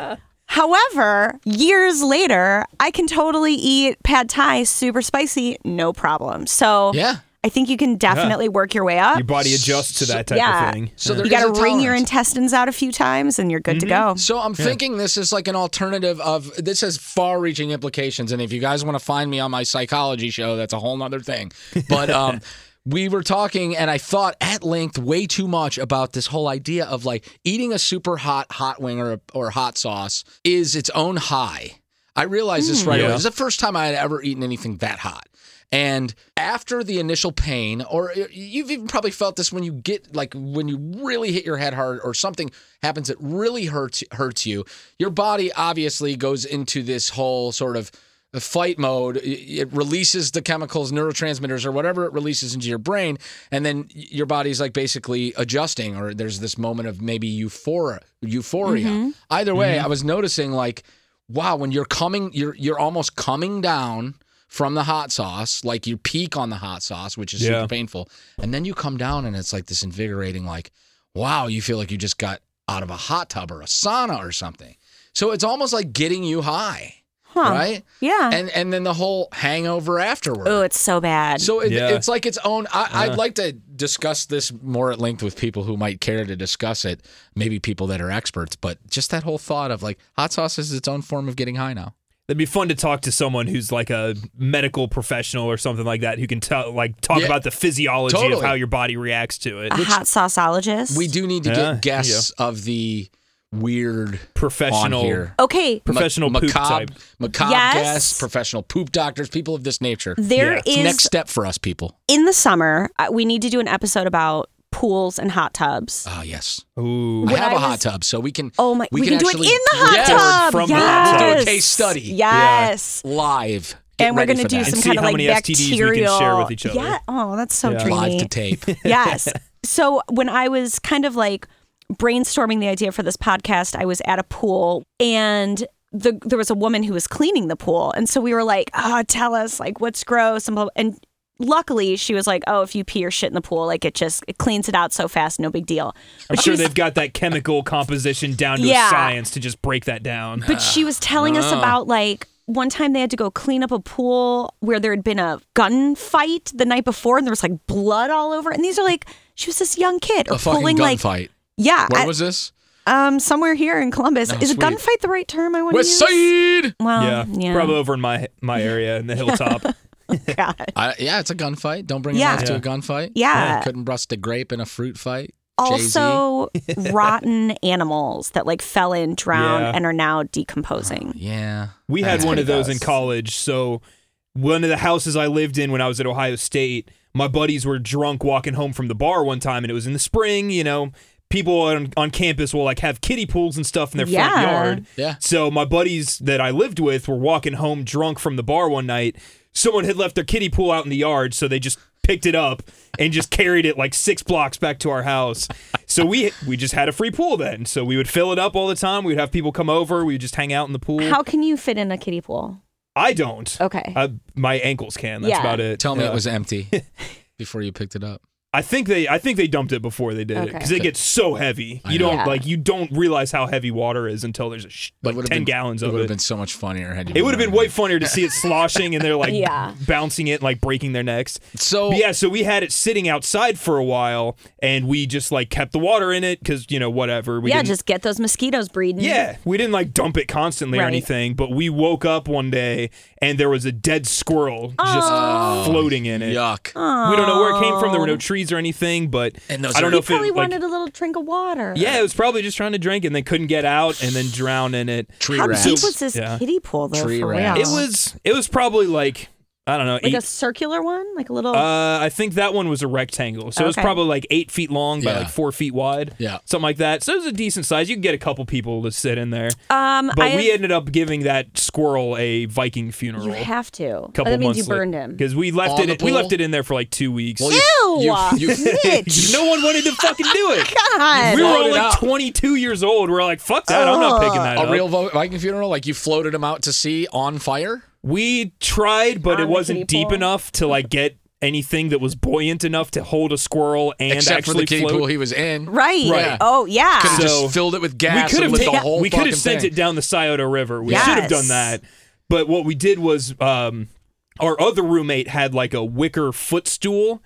However, years later, I can totally eat pad thai super spicy, no problem. So
Yeah.
I think you can definitely work your way up.
Your body adjusts to that type
yeah.
of thing.
So there
You
is
got
a
to wring your
tolerance.
intestines out a few times and you're good to go.
So I'm thinking this is like an alternative of this has far-reaching implications, and if you guys want to find me on my psychology show, that's a whole nother thing. But um, we were talking, and I thought at length way too much about this whole idea of like eating a super hot hot wing or or hot sauce is its own high. I realized this right
Yeah.
away. This is the first time I had ever eaten anything that hot. And after the initial pain, or you've even probably felt this when you get like when you really hit your head hard, or something happens that really hurts hurts you, your body obviously goes into this whole sort of fight mode. It- It releases the chemicals, neurotransmitters, or whatever it releases into your brain, and then your body's like basically adjusting. Or there's this moment of maybe euphoria. Euphoria. Mm-hmm. Either way, I was noticing like wow, when you're coming, you're you're almost coming down from the hot sauce, like you peak on the hot sauce, which is
Yeah.
super painful, and then you come down and it's like this invigorating, like wow, you feel like you just got out of a hot tub or a sauna or something. So it's almost like getting you high,
Huh.
Mm-hmm. right?
Yeah.
And and then the whole hangover afterward.
oh, it's so bad.
So it,
Yeah.
it's like its own. I, I'd like to discuss this more at length with people who might care to discuss it. Maybe people that are experts, but just that whole thought of like hot sauce is its own form of getting high now.
That'd be fun to talk to someone who's like a medical professional or something like that who can tell, like, talk
Yeah.
about the physiology of
Totally.
how your body reacts to it.
a hot sauceologist.
We do need to
Yeah,
get guests of the weird
Professional,
on here.
Okay.
Ma-
professional poop
macabre,
type.
macabre
Yes.
guests, professional poop doctors, people of this nature.
there
Yeah.
is
It's next step for us, people.
in the summer. uh, We need to do an episode about pools and hot tubs.
Ah, yes.
Ooh,
I
When
have a
I
hot
was-
tub, so we can.
Oh my!
We
We,
can
can, do it in
actually
the hot
record
tub.
from the
yes.
hot tub.
Do a case study. Yeah.
Yes.
live.
And we're
going
gonna
to
do
that.
some
see
kind of
how
like
many STDs we can share
bacterial.
with each other.
Yeah. Oh, that's so
Yeah.
dreamy.
Uh, live to tape.
yes. So when I was kind of like brainstorming the idea for this podcast, I was at a pool and the, there was a woman who was cleaning the pool. And so we were like, oh, tell us like what's gross. And, blah, blah. and luckily she was like, oh, if you pee or shit in the pool, like it just, it cleans it out so fast. No big deal.
I'm sure they've got that chemical composition down to a
Yeah.
science to just break that down.
Ah,
But she was telling us about like one time they had to go clean up a pool where there had been a gun fight the night before and there was like blood all over. And these are like, she was this young kid or
A fucking
pulling like,
gunfight.
yeah,
Where
I-
was this?
Um, somewhere here in Columbus.
Oh,
Is a
sweet.
gunfight the right term? I want to
West
use.
Side.
Well,
yeah,
um, yeah,
probably over in my my area in the hilltop.
God.
I, yeah, it's a gunfight. Don't bring
Yeah.
your life to
Yeah.
a gunfight.
Yeah.
Couldn't rust a grape in a fruit fight. Jay-Z.
Also, rotten animals that like fell in, drowned,
Yeah.
and are now decomposing.
Yeah.
We had
That's
one of
pretty
those in
gross.
college. So, one of the houses I lived in when I was at Ohio State, my buddies were drunk walking home from the bar one time, and it was in the spring. You know, people on, on campus will like have kiddie pools and stuff in their front
Yeah.
yard.
Yeah.
So, my buddies that I lived with were walking home drunk from the bar one night. Someone had left their kiddie pool out in the yard, so they just picked it up and just carried it like six blocks back to our house. So we we just had a free pool then. So we would fill it up all the time. We'd have people come over. We would just hang out in the pool.
How can you fit in a kiddie pool?
I don't.
Okay.
I, my ankles can. That's
Yeah.
about it.
Tell me
Yeah.
it was empty before you picked it up.
I think they. I think they dumped it before they did it
Okay.
because it gets so heavy.
I
You
know.
don't
Yeah.
like. You don't realize how heavy water is until there's a sh-
But it
like
would've
ten
been-
gallons
It
of
would have
it.
been so much funnier had you.
it would have been way
wiped.
funnier to see it sloshing and they're like
Yeah.
bouncing it, like breaking their necks.
So
But yeah, so we had it sitting outside for a while, and we just like kept the water in it because you know whatever. We
yeah,
didn't-
just get those mosquitoes breeding.
Yeah, we didn't like dump it constantly or
Right.
anything, but we woke up one day and there was a dead squirrel just floating in it.
uh, yuck.
We don't know where it came from.
Oh.
There were no trees or anything, but
And those
I
are-
don't know
You
You
if it
probably
like,
wanted a little drink of water.
yeah, it was probably just trying to drink and they couldn't get out and then drown in it.
Tree
How
rats.
deep was this
Yeah.
kiddie pool though?
Tree
for
rats.
real?
It was it was probably like I don't know
like
eight.
a circular one, like a little.
uh, I think that one was a rectangle, so it was
Okay.
probably like eight feet long by
Yeah.
like four feet wide,
Yeah.
something like that. So it was a decent size. You could get a couple people to sit in there,
um,
but
I
we
have-
ended up giving that squirrel a Viking funeral.
you have to.
couple
that means
months
you burned him.
because we left
On the
it. We
pool?
left it in there for like two weeks.
Well, You,
Ew!
you, you,
Mitch!
no one wanted to fucking do it.
God.
We were
Float
all
it
like
out.
22 years old. We're like, fuck that. I'm not picking that
a
up.
real Vo- Viking funeral, like you floated them out to sea on fire.
we tried, but
On
it
the
wasn't
kiddie
deep
pool.
enough to like get anything that was buoyant enough to hold a squirrel and
except for
actually
the kiddie
float.
pool he was in.
Right.
Right.
Oh yeah.
Could have
So-
just filled it with gas.
we could
and
have
lit
ta-
the whole
we could have
fucking
sent
thing.
it down the Scioto River. We should
Yes.
have done that. But what we did was um, our other roommate had like a wicker footstool,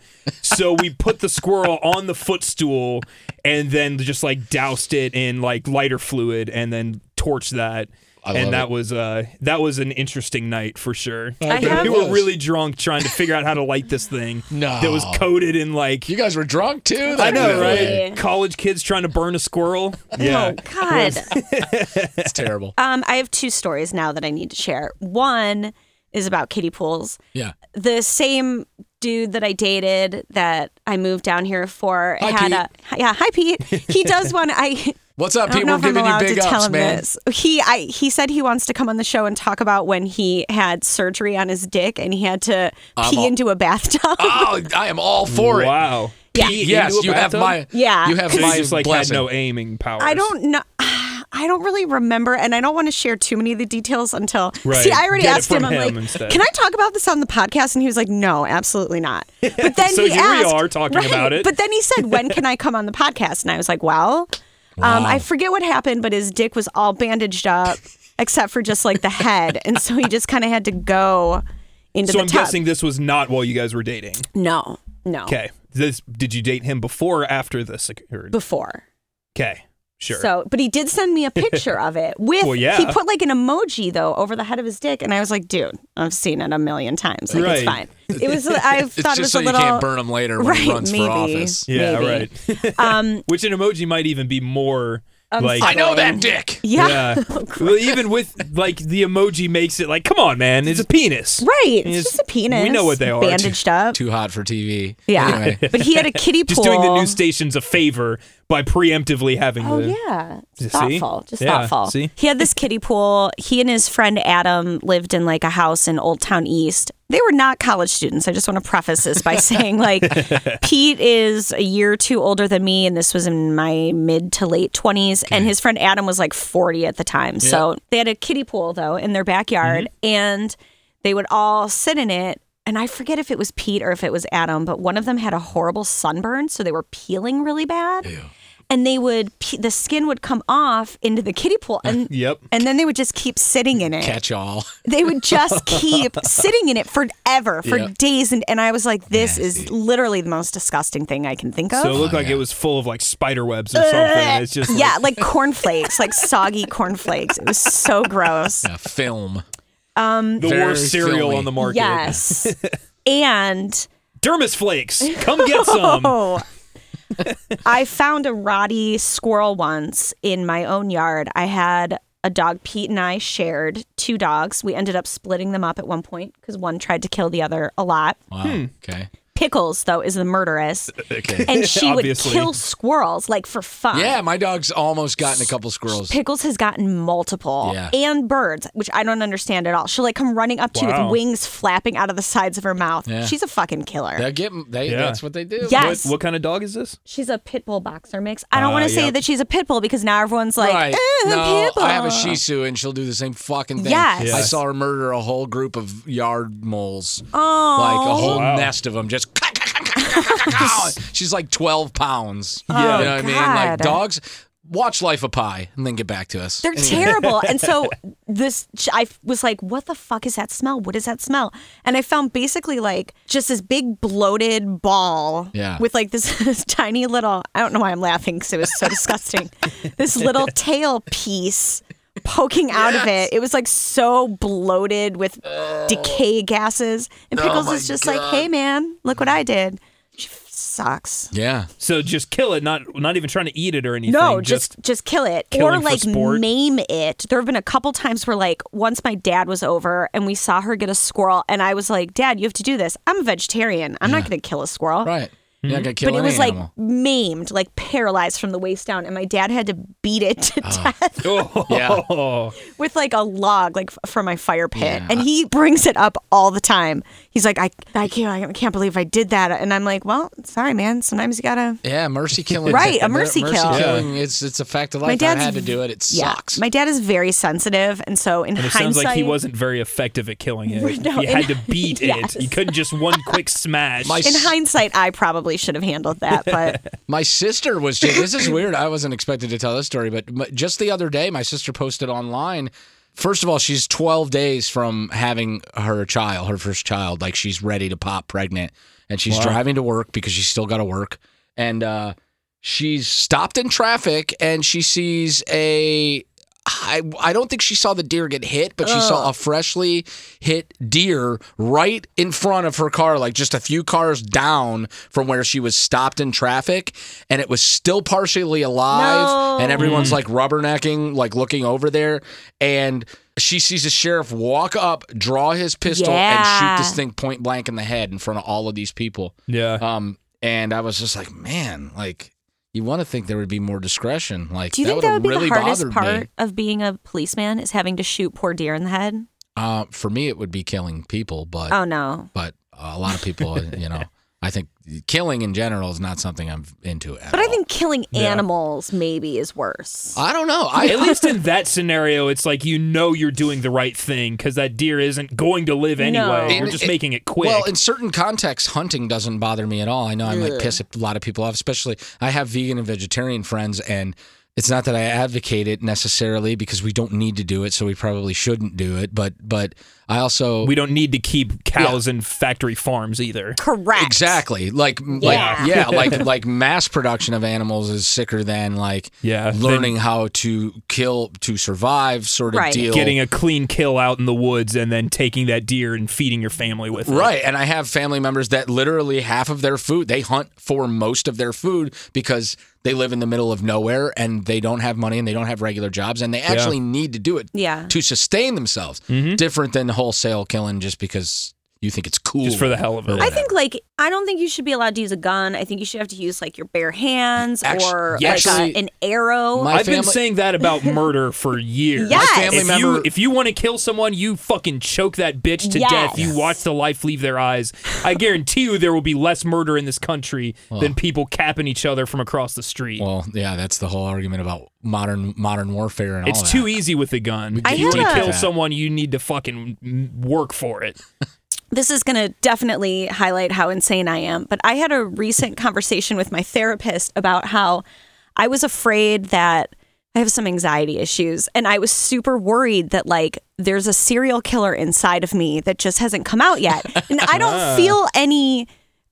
so we put the squirrel on the footstool and then just like doused it in like lighter fluid and then torched that.
I love
and that
it.
was uh, that was an interesting night for sure.
I
bet have-
we
it
were
was.
really drunk trying to figure out how to light this thing
No.
that was coated in like
You guys were drunk too.
I
That's
know,
no way.
right? College kids trying to burn a squirrel.
Oh God.
It's terrible.
um, I have two stories now that I need to share. One is about kiddie pools.
Yeah.
The same dude that I dated that I moved down here for
Hi,
had a yeah. Hi Pete. He does one. I
What's up,
I don't
Pete?
know
We're
if I'm
giving you
allowed to
big
tell
ups,
him
man.
this. He I he said he wants to come on the show and talk about when he had surgery on his dick and he had to pee
all-
into a bathtub.
Oh, I am all for it.
wow.
Yeah.
Pete, yes,
into
you
a
have
bathtub?
my
Yeah.
You have
So
my
you just like
blessing.
had no aiming powers.
I don't know. I don't really remember, and I don't want to share too many of the details until.
Right.
See, I already
Get it
asked him.
from
I'm
him
like,
instead.
can I talk about this on the podcast? And he was like, No, absolutely not. But then
So
he
here we
asked,
are talking
Right.
about it.
But then he said, When can I come on the podcast? And I was like, Well, um, I forget what happened, but his dick was all bandaged up except for just like the head, and so he just kind of had to go into
So
the
I'm
tub.
guessing this was not while you guys were dating.
no, no,
Okay. This did you date him before or after this occurred?
before.
Okay. Sure.
So, but he did send me a picture of it with.
Well, yeah.
He put like an emoji though over the head of his dick, and I was like, "Dude, I've seen it a million times. Like, It's
Right.
fine." It was. I
It's
thought
just
it was
so
a little.
you can't burn him later when he
Right,
runs for
maybe.
office.
yeah,
maybe.
right.
Um,
Which an emoji might even be more like
I know that dick.
yeah.
well, even with like the emoji makes it like, come on, man, it's a penis.
Right. It's
It's-
just a penis.
we know what they are.
Bandaged up.
Too hot for TV.
yeah.
Anyway,
But he had a kiddie pool.
Just doing the news stations a favor by preemptively having
Oh
the
yeah,
You see?
thoughtful, just
Yeah,
thoughtful.
see?
He had this kiddie pool. He and his friend Adam lived in like a house in Old Town East. They were not college students. I just want to preface this by saying like Pete is a year or two older than me, and this was in my mid to late twenties, and his friend Adam was like forty at the time. So they had a kiddie pool though in their backyard,
Mm-hmm.
and they would all sit in it. And I forget if it was Pete or if it was Adam, but one of them had a horrible sunburn, so they were peeling really bad and they would pe- the skin would come off into the kiddie pool and
Yep.
and then they would just keep sitting in it
catch all.
they would just keep sitting in it forever for
Yeah.
days and, and i was like this is
Nasty.
literally the most disgusting thing i can think of
So it looked like
yeah.
it was full of like spider webs or something. and It's just like,
Uh, yeah like cornflakes like soggy cornflakes it was so gross
Yeah, film.
the
Very
worst cereal
filmy.
on the market.
yes and
Dermis flakes. Come get some.
Oh. I found a Roddy squirrel once in my own yard. I had a dog, Pete and I shared two dogs. We ended up splitting them up at one point because one tried to kill the other a lot.
Wow. Okay.
Pickles, though, is the murderess. And she would
Obviously.
kill squirrels like for fun.
Yeah, my dog's almost gotten a couple squirrels.
Pickles has gotten multiple
Yeah.
and birds, which I don't understand at all. She'll like come running up to you
Wow.
with wings flapping out of the sides of her mouth.
Yeah.
She's a fucking killer.
They get 'em- they-
Yeah.
That's what they do.
What,
yes.
what kind of dog is this?
She's a pit bull boxer mix. I don't
Ah,
want to say
yep.
that she's a pit bull because now everyone's like,
Uh, Right.
"Eh,
no,
pit bull."
I have a Shih Tzu, and she'll do the same fucking thing.
Yes.
I
Yes.
saw her murder a whole group of yard moles,
Oh,
like a whole
Wow.
nest of them. Just she's like twelve pounds.
Yeah.
you know what I mean.
Oh, God.
Like dogs, watch Life of Pi, and then get back to us.
they're
Anyway.
terrible. And so this, I was like, "What the fuck is that smell? What is that smell?" And I found basically like just this big bloated ball,
Yeah.
with like this, this tiny little. I don't know why I'm laughing because it was so disgusting. This little tail piece poking out of it. It was like so bloated with decay gases. And Pickles
Oh. my
is just
God.
like, "Hey, man, look what I did." She f- sucks.
Yeah.
So just kill it, not not even trying to eat it or anything.
No, just just kill it or
killing for
like
sport.
maim it. There have been a couple times where like once my dad was over and we saw her get a squirrel and I was like, "Dad, you have to do this. I'm a vegetarian. I'm not going to kill a squirrel."
Right. You're
Hmm.
not gonna kill
But it
any
was like
animal.
maimed, like paralyzed from the waist down, and my dad had to beat it to death
Oh,
with like a log, like f- from my fire pit. And he brings it up all the time. He's like, "I, I can't, I can't believe I did that," and I'm like, "Well, sorry, man. Sometimes you gotta."
Yeah, mercy killing.
Right, a mercy kill. Yeah.
killing. It's it's a fact of life. I
dad's
had to do it. It sucks.
My dad is very sensitive, and so in
It
hindsight,
sounds like he wasn't very effective at killing it.
No,
you
and-
had to beat
Yes.
it. You couldn't just one quick smash.
My
In hindsight, I probably should have handled that, but
My sister was just, this is weird. I wasn't expected to tell this story, but m- just the other day, my sister posted online. First of all, she's 12 days from having her child, her first child. Like she's ready to pop pregnant and she's driving to work because she's still got to work. And uh, she's stopped in traffic and she sees a I, I don't think she saw the deer get hit, but she saw a freshly hit deer right in front of her car, like just a few cars down from where she was stopped in traffic. And it was still partially alive. And
No.
everyone's like rubbernecking, like looking over there. And she sees the sheriff walk up, draw his pistol, and
Yeah.
shoot this thing point blank in the head in front of all of these people.
Yeah.
Um, and I was just like, man, like you want to think there would be more discretion. Like,
Do you think that
would've
would be
really
the hardest
bothered
part
Me.
of being a policeman is having to shoot poor deer in the head?
Uh, for me, it would be killing people, but
Oh no.
but a lot of people, you know, I think killing in general is not something I'm into at
But I
all.
think killing
Yeah.
animals maybe is worse.
I don't know. I
At least in that scenario, it's like you know you're doing the right thing because that deer isn't going to live anyway.
In-
We're just
it-
making it quick.
Well, in certain contexts, hunting doesn't bother me at all. I know I might piss a lot of people off, especially I have vegan and vegetarian friends, and it's not that I advocate it necessarily because we don't need to do it, so we probably shouldn't do it. But but I also
we don't need to keep cows in factory farms either.
Correct.
Exactly. Like like
Yeah.
yeah, like like mass production of animals is sicker than like
Yeah, than-
learning how to kill to survive sort of
Right.
deal.
Getting a clean kill out in the woods and then taking that deer and feeding your family with it.
Right, and I have family members that literally half of their food they hunt for most of their food because they live in the middle of nowhere and they don't have money and they don't have regular jobs and they actually need to do it
Yeah.
to sustain themselves.
Mm-hmm.
Different than wholesale killing just because you think it's cool
Just for the hell of it.
or
I think like I don't think you should be allowed to use a gun. I think you should have to use like your bare hands
Actu-
or
yeah,
like
actually,
a, an arrow.
my
I've been
family-
saying that about murder for years.
Yes. My
family
if
member-
you if you want to kill someone, you fucking choke that bitch to
Yes.
death. You watch the life leave their eyes. I guarantee you there will be less murder in this country than people capping each other from across the street.
Well, yeah, that's the whole argument about modern modern warfare and all
It's
that.
too easy with the gun.
I
If you
had
want to
a-
kill someone, you need to fucking mm, work for it.
this is going to definitely highlight how insane I am, but I had a recent conversation with my therapist about how I was afraid that I have some anxiety issues and I was super worried that like there's a serial killer inside of me that just hasn't come out yet. And I don't feel any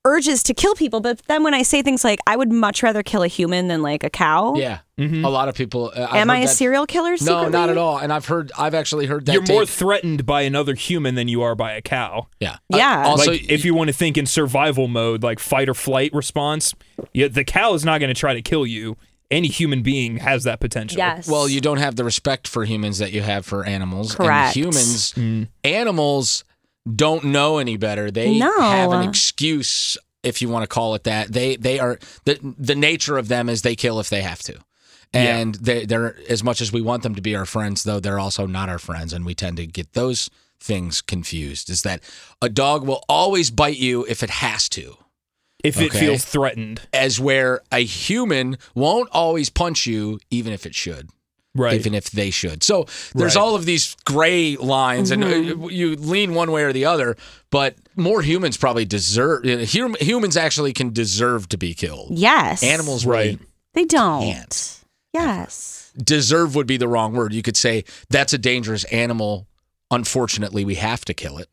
urges to kill people, but then when I say things like I would much rather kill a human than like a cow,
Yeah, a lot of people. Uh, I've
am
heard
I a
that-
serial killer
No,
secretly?
not at all. And I've heard, I've actually heard that.
You're more
take-
threatened by another human than you are by a cow.
yeah,
Yeah.
Uh, also,
like if you want to think in survival mode, like fight or flight response, yeah, the cow is not going to try to kill you. Any human being has that potential.
Yes.
well, you don't have the respect for humans that you have for animals. And
Correct.
humans, animals don't know any better. They
No. uh-huh.
have an excuse, if you want to call it that. They they are the the nature of them is they kill if they have to. And they, they're as much as we want them to be our friends, though they're also not our friends, and we tend to get those things confused. Is that a dog will always bite you if it has to?
If it
Okay.
feels threatened,
as where a human won't always punch you, even if it should,
right?
even if they should. So there's
Right.
all of these gray lines, and uh, you lean one way or the other. But more humans probably deserve. you know, hum- Humans actually can deserve to be killed.
yes.
Animals really
Right.
They don't.
can't.
Yes.
deserve would be the wrong word. You could say that's a dangerous animal. Unfortunately, we have to kill it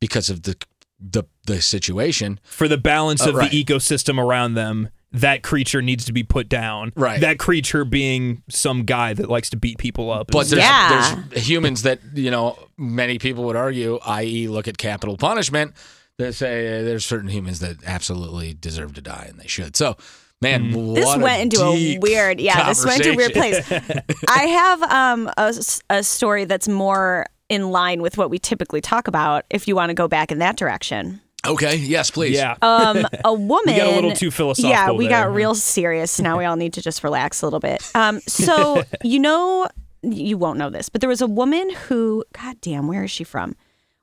because of the the the situation.
For the balance
Oh,
of
right.
the ecosystem around them, that creature needs to be put down.
Right.
That creature being some guy that likes to beat people up.
But there's,
Yeah.
there's humans that you know many people would argue, i.e., look at capital punishment. That say uh, there's certain humans that absolutely deserve to die and they should. So, man,
Mm. this
what a
went into a
deep
weird yeah this went into a weird place
conversation.
i have um, a, s- a story that's more in line with what we typically talk about if you want to go back in that direction
Okay, yes, please.
yeah,
um, a woman
we got a little too philosophical.
yeah we
there.
got real serious now we all need to just relax a little bit um, so you know you won't know this but there was a woman who god damn where is she from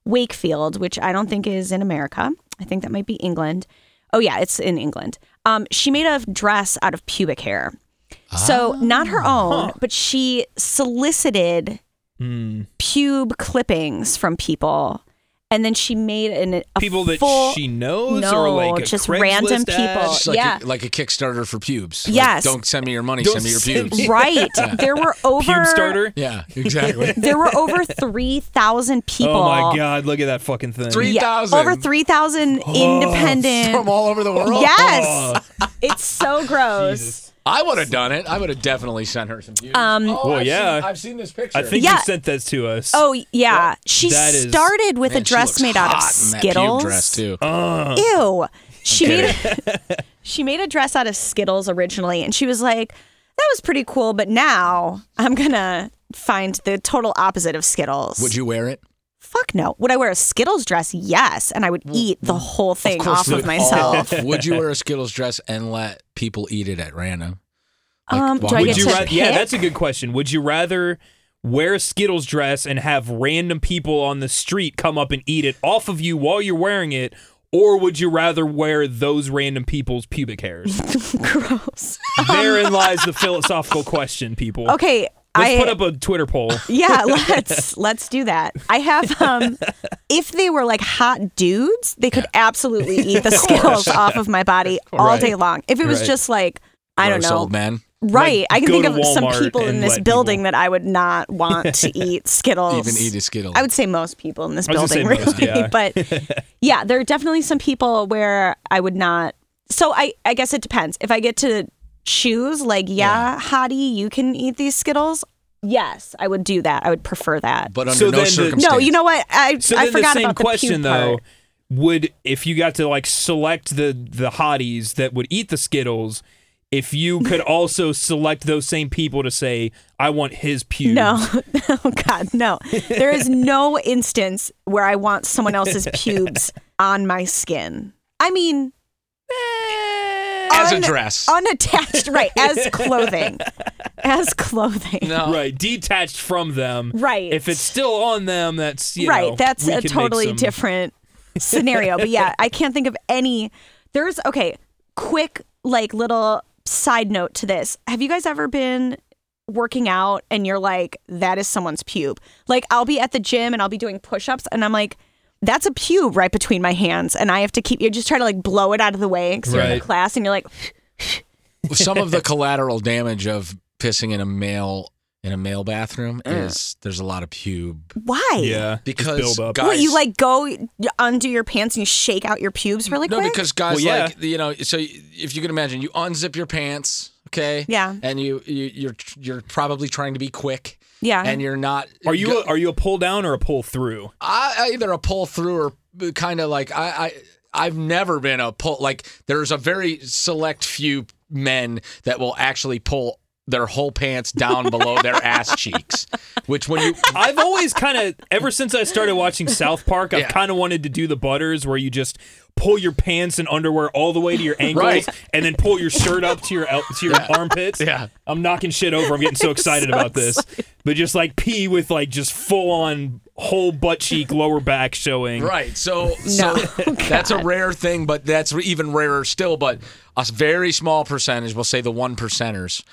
wakefield which i don't think is in america i think that might be england oh yeah it's in england um, she made a dress out of pubic hair so not her
Ah,
own, but she solicited
Hmm.
pube clippings from people, and then she made an a
people that
full,
she knows, or
No,
like a
just
Craigslist
random people.
ad?
It's like,
Yeah.
a, like a Kickstarter for pubes. Like,
Yes.
don't send me your money,
Don't
send me your
send
pubes.
me-
right. There were over
Pube starter.
yeah, exactly.
there were over three thousand people.
Oh my god, look at that fucking thing.
Three-
Yeah,
3,000.
over three
Oh,
thousand independent.
From all over the world.
yes, it's so gross.
Jesus.
I would have done it. I would have definitely sent her some beauty.
Um,
oh,
Well,
I've
yeah.
Seen, I've seen this picture.
I think
Yeah.
you sent that to us.
Oh yeah, she
that is-
started with
Man,
a
she
dress
looks
made out of
hot in that pube
skittles.
dress too.
Uh.
Ew. She made a, she made a dress out of skittles originally, and she was like, "That was pretty cool," but now I'm gonna find the total opposite of skittles.
Would you wear it?
Fuck no. Would I wear a skittles dress? Yes, and I would eat the whole thing off
you
of
would.
myself.
Would you wear a Skittles dress and let people eat it at random? Like,
Um, do
walk
I
around-
get
Would you
to
rather? Yeah,
pick?
that's a good question. Would you rather wear a Skittles dress and have random people on the street come up and eat it off of you while you're wearing it, or would you rather wear those random people's pubic hairs?
Um, Gross.
Therein lies the philosophical question, people.
Okay,
Let's
I
put up a Twitter poll.
yeah, let's let's do that. I have um if they were like hot dudes, they could absolutely eat the skittles off of my body all
Right.
day long. If it was
Right.
just like I don't
gross
know,
old man.
right?
Like,
I can
go
think
to
of some
Walmart
people in
and
this
let
building
people-
that I would not want to eat skittles.
Even eat a Skittle.
Oh. I would say most people in this
I was gonna
building,
say
really.
most, yeah.
But yeah, there are definitely some people where I would not. So I, I guess it depends. If I get to choose, like, yeah, hottie, you can eat these Skittles. Yes, I would do that. I would prefer that.
but under
So
no
then the-
circumstance.
no, you know what? I
So
I
then
forgot
the same
about the
question
pube
though.
part.
Would if you got to like select the the hotties that would eat the Skittles, if you could also select those same people to say, I want his pubes.
No, oh God, no. There is no instance where I want someone else's pubes on my skin. I mean,
Eh.
as a
un-
dress.
unattached, right? As clothing, as clothing.
no.
Right, detached from them.
Right.
If it's still on them, that's you
right
know,
that's
we
a
can make
totally
some-
different scenario but yeah i can't think of any there's okay quick like little side note to this have you guys ever been working out and you're like that is someone's pube like i'll be at the gym and i'll be doing push-ups and i'm like that's a pube right between my hands and i have to keep you just try to like blow it out of the way because you're in
Right.
the class and you're like
Some of the collateral damage of pissing in a male in a male bathroom
Mm.
is there's a lot of pube
why
Yeah. just
because
build up.
guys
what you like go undo your pants and you shake out your pubes really
No,
quick
because guys
Well, yeah.
like you know. So if you can imagine, you unzip your pants, okay?
Yeah.
And you, you you're you're probably trying to be quick,
yeah
and you're not.
Are you a, are you a pull down or a pull through?
I, I either a pull through or kind of like I I I've never been a pull. Like there's a very select few men that will actually pull their whole pants down below their ass cheeks, which when you
I've always kind of ever since I started watching South Park, I've
Yeah.
kind of wanted to do the butters where you just pull your pants and underwear all the way to your ankles
Right.
and then pull your shirt up to your el- to your armpits.
Yeah.
I'm knocking shit over. I'm getting so excited about this. But just like pee with like just full on whole butt cheek, lower back showing.
Right. So, so that's a rare thing, but that's even rarer still. But a very small percentage, we'll say the one percenters,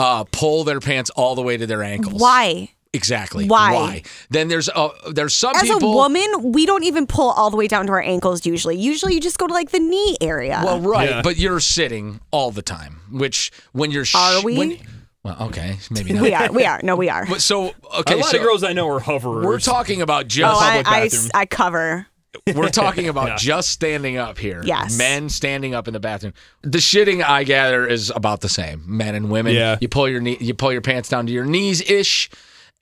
uh, pull their pants all the way to their ankles.
why
Exactly.
Why?
Then there's uh, there's some
As
people.
a woman, we don't even pull all the way down to our ankles usually. Usually you just go to like the knee area.
Well, right,
Yeah.
but you're sitting all the time, which when you're sh-
Are we?
when- well, okay, maybe not.
we are. We are. No, we are.
But so okay,
A lot
so
of girls I know are hoverers.
we're talking about
oh,
just
I,
public
I,
bathroom.
I cover.
We're talking about just standing up here.
Yes.
Men standing up in the bathroom. The shitting I gather is about the same. Men and women.
Yeah.
You pull your knee, you pull your pants down to your knees ish,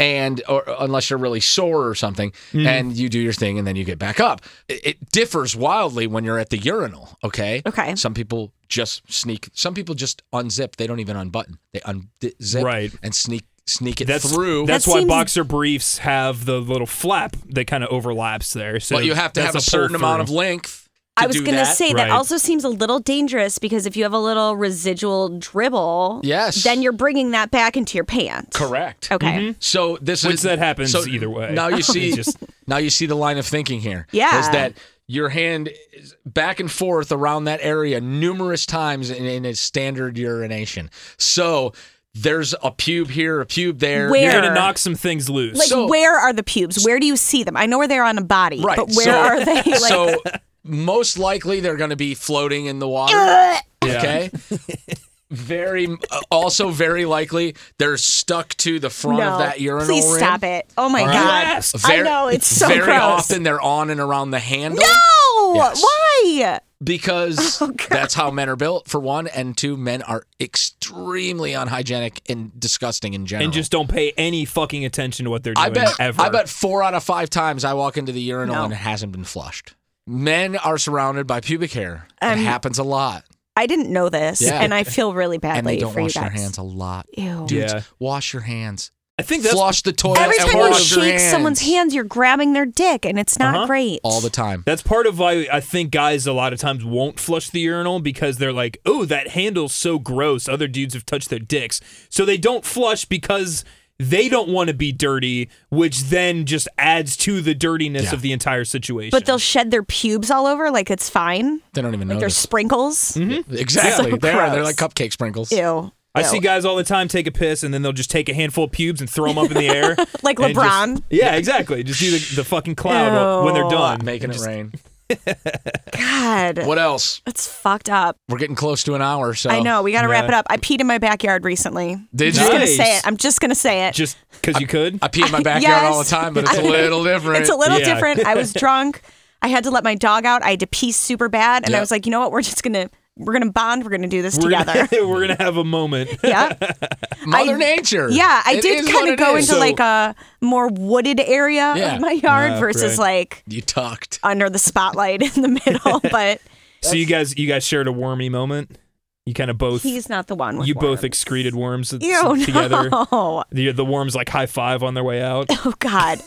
and or unless you're really sore or something,
Hmm.
and you do your thing and then you get back up. It, it differs wildly when you're at the urinal. Okay.
Okay.
Some people just sneak. Some people just unzip. They don't even unbutton. They unzip
Right.
and sneak sneak it
that's
through.
That's
That
why
seems-
boxer briefs have the little flap that kind of overlaps there. So
but you have to have a,
that's
certain amount of
pull-through.
length. to
I was
do
going to
that.
say
Right.
that also seems a little dangerous because if you have a little residual dribble,
Yes.
then you're bringing that back into your pants.
correct. Mm-hmm.
Okay.
So this
Which
is
that happens either way.
Now you see,
It's just-
now you see the line of thinking here.
Yeah.
is that your hand is back and forth around that area numerous times in, in a standard urination. So there's a pube here, a pube there.
Where?
You're gonna knock some things loose.
Like,
So-
where are the pubes? Where do you see them? I know where they're on a body,
Right.
but where
so,
are they? Like,
so most likely they're going to be floating in the water.
Yeah.
Okay. Very, uh, also very likely they're stuck to the front
no.
of that urinal.
Please
rim.
stop it. Oh my
All right.
God.
Yes.
I know, it's so
very
gross.
often they're on and around the handle.
No!
Yes.
Why?
because
Oh, God.
that's how men are built for one and two men are extremely unhygienic and disgusting in general
and just don't pay any fucking attention to what they're doing
I bet
ever.
I bet 4 out of 5 times I walk into the urinal
No.
and it hasn't been flushed men are surrounded by pubic hair it
Um,
happens a lot
I didn't know this,
Yeah.
and I feel really
and they
badly
don't
for you
wash
guys.
their hands a lot
Ew.
dudes
Yeah.
wash your hands
I think that's
flush the toilet
Every
and
time you
wash your
shake someone's hands, you're grabbing their dick, and it's not
Uh-huh.
great.
all the time
that's part of why I think guys a lot of times won't flush the urinal because they're like, "Oh, that handle's so gross. Other dudes have touched their dicks." So they don't flush because they don't want to be dirty, which then just adds to the dirtiness
Yeah.
of the entire situation.
but they'll shed their pubes all over, like it's fine.
they don't even
Like they're
notice
sprinkles.
Hmm? exactly
So
they are they're
gross.
like cupcake sprinkles
Ew.
I
Ew.
see guys all the time take a piss and then they'll just take a handful of pubes and throw them up in the air.
Like
and just-
LeBron.
yeah, exactly. Just do the, the fucking cloud while- when they're
Ew.
done.
making it rain
God.
what else
That's fucked up.
we're getting close to an hour so
I know. We got to wrap
Yeah.
it up. I peed in my backyard recently.
Did
I'm just
you?
gonna say
Nice.
it. I'm just gonna say it.
Just because you could?
I pee in my backyard all the
Yes.
time, but it's a little different.
It's a little
Yeah.
different. I was drunk. I had to let my dog out. I had to pee super bad, and
Yeah.
I was like, you know what? We're just gonna we're gonna bond. We're gonna do this
we're
together.
Gonna, we're gonna have a moment.
yeah,
Mother
I-
nature.
yeah. I
It
did
is
kind
what
of
it
go
is.
into
So-
like a more wooded area
Yeah.
of my yard
Ah,
versus
right.
like
you tucked.
under the spotlight in the middle. But
So you guys, you guys shared a wormy moment. You kind of both, you
he's not the one. With
both
worms.
excreted worms at-
Ew,
together.
no.
The, the worms like high five on their way out.
Oh God,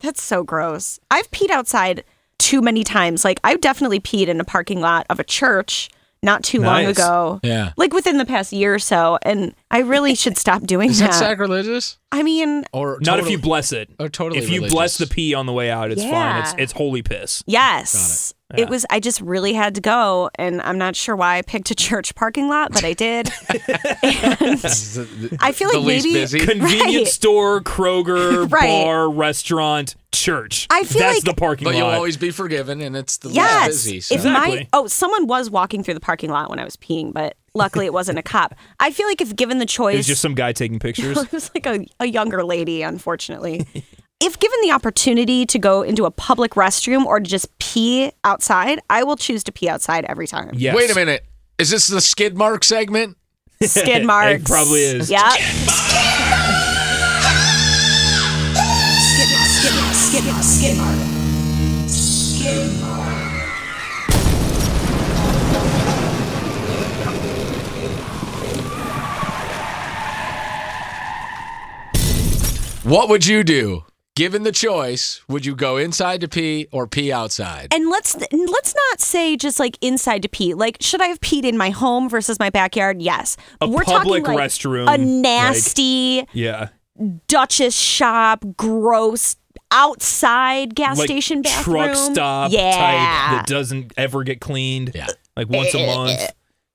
that's so gross. I've peed outside too many times. Like I've definitely peed in a parking lot of a church not too long
Nice.
ago.
Yeah.
Like within the past year or so, and I really should stop doing
Is
that.
that Oh, sacrilegious?
I mean,
Or
Not if
totally-
you bless it.
Or totally.
if you
religious?
bless the pee on the way out, it's fine. It's
Yeah.
it's holy piss.
yes, it.
Got it. Yeah.
was. I just really had to go, and I'm not sure why I picked a church parking lot, but I did. and
The- the-
I feel
the
like
least
maybe-
busy.
Convenience
Right.
store, Kroger,
Right.
bar, restaurant, church.
I feel
that's
like-
the parking
but you'll
lot.
always be forgiven, and it's the
yes,
least busy. So.
if my
Exactly.
oh, someone was walking through the parking lot when I was peeing, but luckily it wasn't a cop. I feel like if given the
it
choice,
was just some guy taking pictures.
it was like a, a younger lady, unfortunately. if given the opportunity to go into a public restroom or just pee outside, I will choose to pee outside every time.
Yes.
Wait a minute. Is this the skid mark segment?
Skid marks.
probably is.
Yeah.
What would you do? Given the choice, would you go inside to pee or pee outside?
And let's and let's not say just like inside to pee. Like, should I have peed in my home versus my backyard? Yes.
A
We're
public
talking like
restroom,
a
like-
nasty
Yeah.
Duchess shop, gross outside gas
like
station bathroom,
truck stop
yeah.
type that doesn't ever get cleaned.
Yeah.
Like once a month.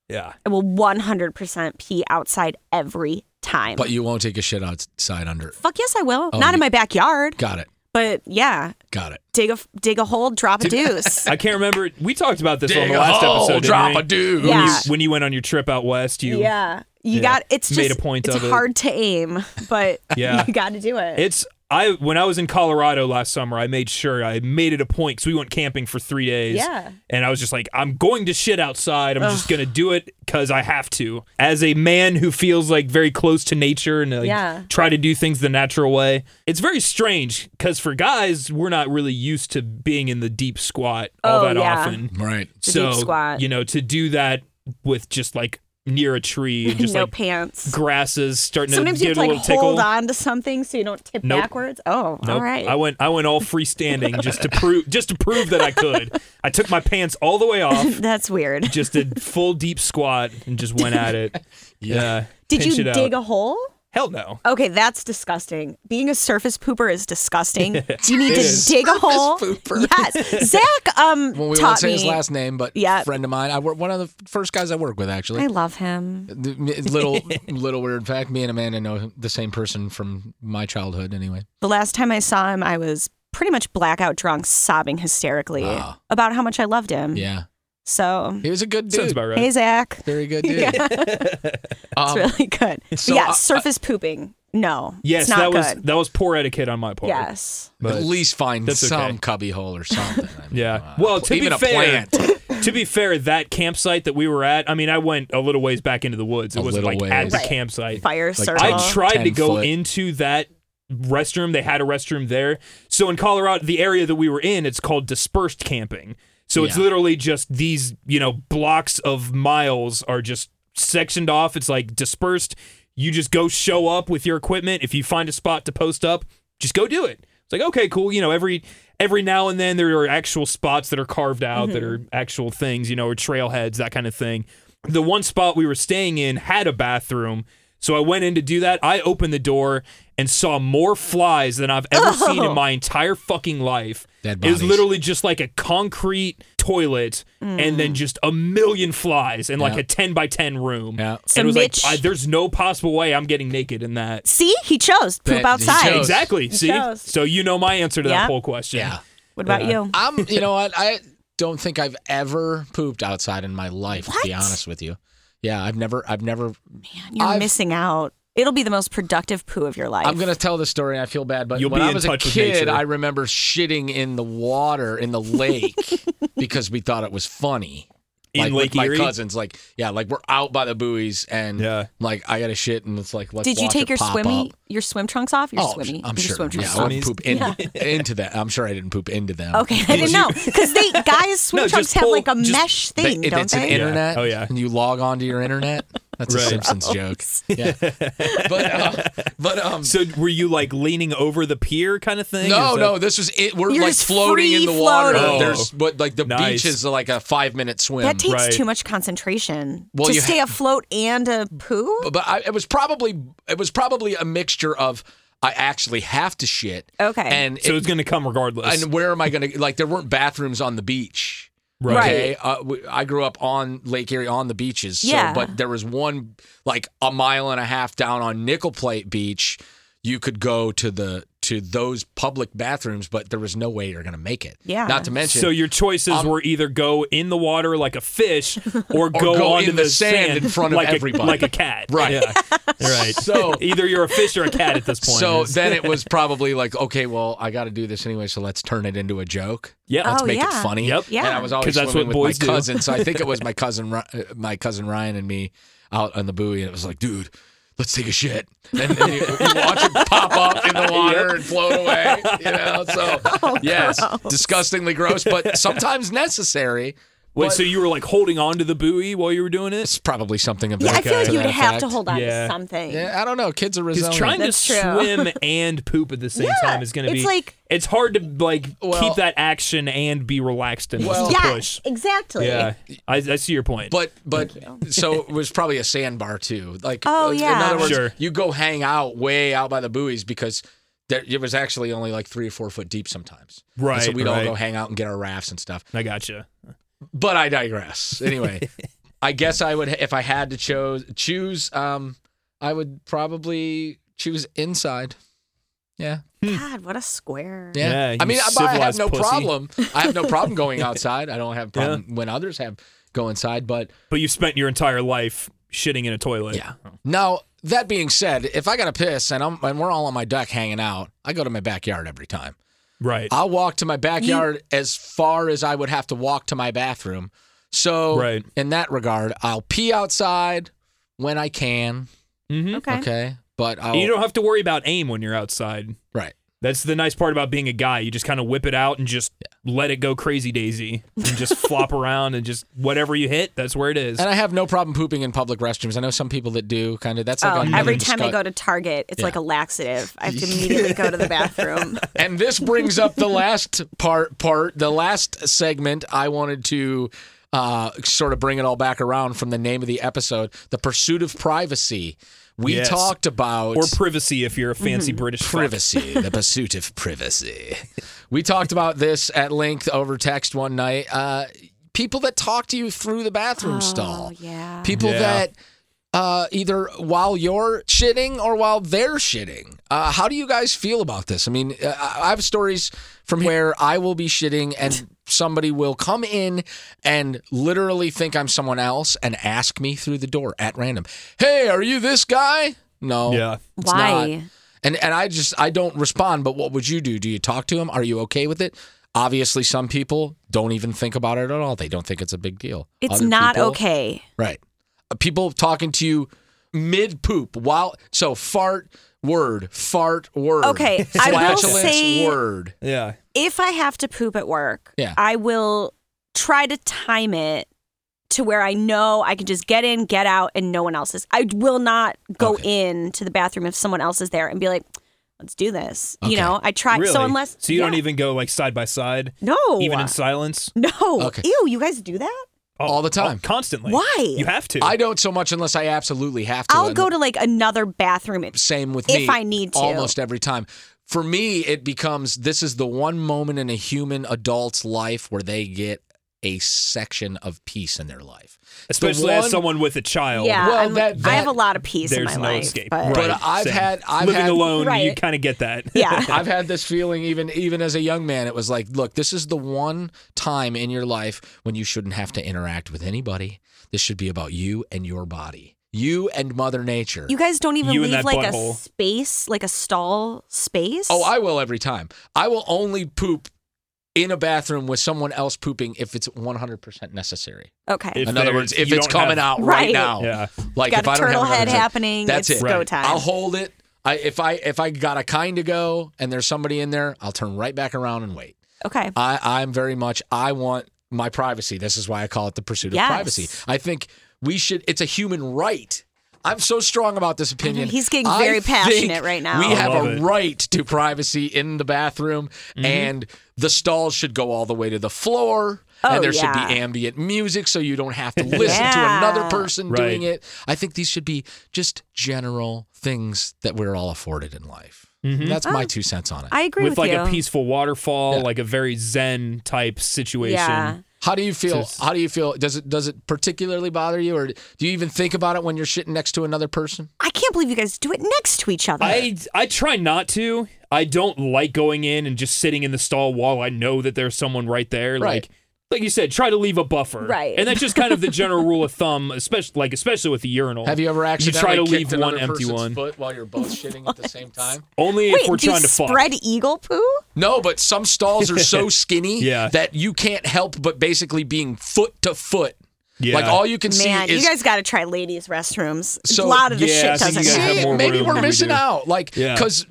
Yeah.
I will 100% pee outside every time.
But you won't take a shit outside under.
Fuck yes, I will.
Oh,
Not in my backyard,
Got it.
but yeah,
Got it.
dig a dig a hole, drop a deuce.
I can't remember. We talked about this on
Dig
the
a
last
hole,
episode. didn't
Oh, drop
we?
a dude.
Yeah.
When you, when you went on your trip out west, you
yeah, you
Yeah.
got. It's just
Made a point
It's
of it.
hard to aim, but
Yeah.
you got to do it.
It's I when I was in Colorado last summer, I made sure I made it a point because we went camping for three days.
Yeah.
and I was just like, I'm going to shit outside. I'm just gonna do it because I have to. As a man who feels like very close to nature and like,
Yeah.
try to do things the natural way, it's very strange because for guys, we're not really used to being in the deep squat all
Oh,
that
yeah.
often.
Right.
The
so
deep squat.
you know, to do that with just like near a tree and just
no
like
pants.
grasses starting
Sometimes
to
you
get
have to
a
like
little tickle.
hold on to something so you don't tip
Nope.
backwards. Oh, all
Nope.
right.
I went I went all freestanding just to prove just to prove that I could. I took my pants all the way off,
That's weird.
just did full deep squat and just went at it. Yeah.
Did you
pinch it
dig
out.
a hole?
Hell no.
Okay, that's disgusting. Being a surface pooper is disgusting. You need to
is.
dig a hole.
pooper.
Yes, Zach. Um,
Well, we
taught
won't say
me.
his last name, but
Yeah.
friend of mine. I work one of the first guys I work with actually.
I love him.
The- m- little little weird fact. Me and Amanda know the same person from my childhood. Anyway,
The last time I saw him, I was pretty much blackout drunk, sobbing hysterically
Wow.
about how much I loved him.
yeah,
So,
he was a good dude.
Sounds about right.
hey, Zach.
Very good dude.
It's
Um,
really good.
so uh,
yeah,
I-
surface pooping. No.
Yes,
it's not
that was
good.
that was poor etiquette on my part.
yes.
But
At least find
that's
some
okay.
cubbyhole or something. I mean,
Yeah.
uh,
Well, to
even
be
a
fair,
plant.
to be fair, that campsite that we were at, I mean, I went a little ways back into the woods.
A
It wasn't like
little
at
ways.
the
Right.
campsite.
Fire
Like,
circle.
I tried to
10
go
foot.
into that restroom. They had a restroom there. So in Colorado, the area that we were in, it's called dispersed camping. So it's
Yeah.
literally just these, you know, blocks of miles are just sectioned off. It's like dispersed. You just go show up with your equipment. If you find a spot to post up, just go do it. It's like, okay, cool. You know, every every now and then there are actual spots that are carved out that
Mm-hmm.
are actual things, you know, or trailheads, that kind of thing. The one spot we were staying in had a bathroom. So I went in to do that. I opened the door and saw more flies than I've ever seen in my entire fucking life.
Oh. Dead
it was
bodies.
literally just like a concrete toilet and then just a million flies in like
Mm. Yeah.
a 10 by 10 room.
Yeah.
And
So
it was
Mitch-
like, I, there's no possible way I'm getting naked in that.
See, he chose poop
That- he
outside.
chose.
Exactly. See?
shows.
So you know my answer to
Yeah.
that whole question.
Yeah.
What about
Yeah.
you?
I'm, you know what? I don't think I've ever pooped outside in my life, to be
What?
honest with you. Yeah, I've never, I've never,
Man, you're
I've-
missing out. It'll be the most productive poo of your life.
I'm going to tell this story and I feel bad, but
You'll
when
be
I
in
was a
touch with
kid,
nature.
I remember shitting in the water in the lake because we thought it was funny. like
In Lake
with
Erie.
my cousins, like yeah, like we're out by the buoys and
Yeah.
like I got a shit and it's like let's
Did you
watch
take
it
your
pop
swimmy,
up.
your swim trunks off? Your
oh,
swimmy,
I'm
your
sure.
swim trunks
Yeah, I
off.
wouldn't poop in, into that. I'm sure I didn't poop into them.
Okay, I didn't know because they guys swim
No,
trunks
just
have
pull-
like a
just-
mesh
They-
thing, don't
it's an
they?
in-
internet.
Yeah. Oh, yeah.
And you log on to your internet. That's
Right.
a Simpsons joke. Yeah. But uh, but um
So were you like leaning over the pier kind of thing?
no,
Is that-
no, this was it. We're
You're
like
just
floating in the
free
water.
floating.
Oh.
There's what like the
Nice.
beach is uh, like a five minute swim.
that takes
Right.
too much concentration
um, Well,
to
you
stay
ha-
afloat and a poo.
but I, it was probably it was probably a mixture of I actually have to shit.
Okay.
And
So
it-
it's going to come regardless.
and where am I going to like? There weren't bathrooms on the beach.
Right.
Okay, uh, w- I grew up on Lake Erie on the beaches. So,
Yeah.
but there was one like a mile and a half down on Nickel Plate Beach. You could go to the to those public bathrooms, but there was no way you're going to make it.
Yeah.
Not to mention,
So your choices
Um,
were either go in the water like a fish, or go,
go
onto
in the sand in front of
like
everybody.
a, like a cat.
Right.
Yeah. right.
So-
either you're a fish or a cat at this point.
so
It's-
then it was probably like, okay, well, I got to do this anyway, so let's turn it into a joke.
yeah,
Let's
Oh,
make
yeah.
it funny.
Yep.
Yeah.
And I was always
'Cause that's
swimming
what
with
boys
my
do.
cousin, so I think it was my cousin, Ry- uh, my cousin Ryan and me out on the buoy, and it was like, dude, let's take a shit, and then you, you watch it pop up in the water and float away. You know, so
Oh,
yes, disgustingly gross, but sometimes necessary.
wait,
but-
so you were like holding on to the buoy while you were doing it?
It's probably something of that.
yeah, I feel like
to
you'd
that
have to
effect.
hold on to
Yeah.
something.
Yeah, I don't know. Kids are
Because
resilient.
trying to
That's true.
swim and poop at the same
Yeah,
time is going to be.
it's like-
it's hard to like
Well-
keep that action and be relaxed and
Well-
Yeah,
push.
exactly.
Yeah, I, I see your point.
But but so it was probably a sandbar too. Like
Oh,
uh, in
yeah.
other words,
Sure.
you go hang out way out by the buoys because there it was actually only like three or four foot deep sometimes. And so
Right,
we'd all
right.
go hang out and get our rafts and stuff.
I gotcha.
But I digress. Anyway, I guess I would if I had to chose choose. Um, I would probably choose inside. Yeah.
God, what a square.
Yeah.
Yeah,
I
you
mean, I, but I have
civilized
no
pussy.
problem. I have no problem going outside. I don't have problem when others have go inside, but
But you've spent your entire life shitting in a toilet.
Yeah. Now that being said, if I got to piss and I'm and we're all on my deck hanging out, I go to my backyard every time.
Right.
I'll walk to my backyard as far as I would have to walk to my bathroom. So
Right.
in that regard, I'll pee outside when I can.
hmm
Okay.
Okay. But I'll
You don't have to worry about aim when you're outside.
right.
That's the nice part about being a guy. You just kind of whip it out and just let it go crazy daisy and just flop around and just whatever you hit, that's where it is.
And I have no problem pooping in public restrooms. I know some people that do kind of that's like
Oh,
another
every time I
discuss-
go to Target, it's
Yeah.
like a laxative. I have to immediately go to the bathroom.
And this brings up the last part part the last segment I wanted to uh, sort of bring it all back around from the name of the episode, the pursuit of privacy. We
Yes.
talked about
Or privacy if you're a fancy British fuck.
privacy, the pursuit of privacy. We talked about this at length over text one night. Uh, people that talk to you through the bathroom
Oh,
stall.
yeah.
People
Yeah.
that uh, either while you're shitting or while they're shitting. Uh, how do you guys feel about this? I mean, uh, I have stories from where I will be shitting and somebody will come in and literally think I'm someone else and ask me through the door at random, "Hey, are you this guy?" No.
Yeah.
it's
Why?
not. And and I just I don't respond. But what would you do? Do you talk to him? Are you okay with it? Obviously, some people don't even think about it at all. They don't think it's a big deal.
It's
Other
not
people-
okay.
Right. Uh, People talking to you mid poop while so fart word fart word.
Okay, I will
Flatulence
say-
word.
Yeah.
If I have to poop at work,
Yeah.
I will try to time it to where I know I can just get in, get out, and no one else is. I will not go in to the bathroom if someone else is there and be like, "Let's do this." You
Okay.
know, I try.
Really?
So unless
so you don't
yeah.
even go like side by side,
no
even in silence.
no
Okay.
ew, you guys do that?
Oh,
All the time.
oh, constantly.
Why?
You have to.
I don't so much unless I absolutely have to.
I'll
and
go to like another bathroom. If,
same with me
if I need to.
almost every time. For me, it becomes this is the one moment in a human adult's life where they get a section of peace in their life. It's the
Especially as
one-
someone with a child.
yeah,
Well,
I'm-
that-
I have a
that-
lot of peace in
There's
my
no
life.
escape.
But
But I've
same.
had- I've
living
had-
alone. You
Right.
kind of get that.
yeah,
I've had this feeling even even as a young man. It was like, look, this is the one time in your life when you shouldn't have to interact with anybody. This should be about you and your body, you and Mother Nature.
You guys don't even
You and
leave
that
like a
butthole.
space, like a stall space.
oh, I will every time. I will only poop in a bathroom with someone else pooping if it's 100% necessary.
okay.
If
in other
there-
words, if
you
it's
don't have-
coming out right,
Right.
now,
Yeah.
like
Got
if
a
I don't
turtle
have another
head
drink,
happening,
that's
it's
it.
go
Right.
time.
I'll hold it. I, if I if I got a kind to go and there's somebody in there, I'll turn right back around and wait.
okay.
I, I'm very much, I want my privacy. This is why I call it the pursuit
Yes.
of privacy. I think we should, it's a human right. I'm so strong about this opinion.
He's getting
I
very
think
passionate right now.
We
I
have
love
a
it. Mm-hmm.
right to privacy in the bathroom, and the stalls should go all the way to the floor.
Oh,
and there
yeah.
should be ambient music so you don't have to listen
Yeah.
to another person
Right.
doing it. I think these should be just general things that we're all afforded in life.
Mm-hmm.
That's
Um,
my two cents on it.
I agree with,
With like
you.
a peaceful waterfall,
Yeah.
like a very zen type situation.
Yeah.
How do you feel?
Just-
How do you feel? Does it does it particularly bother you, or do you even think about it when you're shitting next to another person?
I can't believe you guys do it next to each other.
I I try not to. I don't like going in and just sitting in the stall while I know that there's someone right there.
Right.
Like like you said, try to leave a buffer.
Right.
And that's just kind of the general rule of thumb, especially like especially with the urinal.
Have you ever
You
accidentally
try to
kicked
leave one
another
empty
person's
one.
foot while you're both shitting at the same time?
Only
Wait,
if we're
do you
trying to fuck.
spread eagle poo?
No, but some stalls are so skinny
Yeah.
that you can't help but basically being foot to foot.
Yeah.
Like all you can
Man,
see is
you guys got to try ladies' restrooms.
So-
a lot of the
Yeah, I
shit
think
doesn't
you gotta have
See,
happen.
more
maybe
room
we're
than we
missing
do.
out. Like
Yeah.
because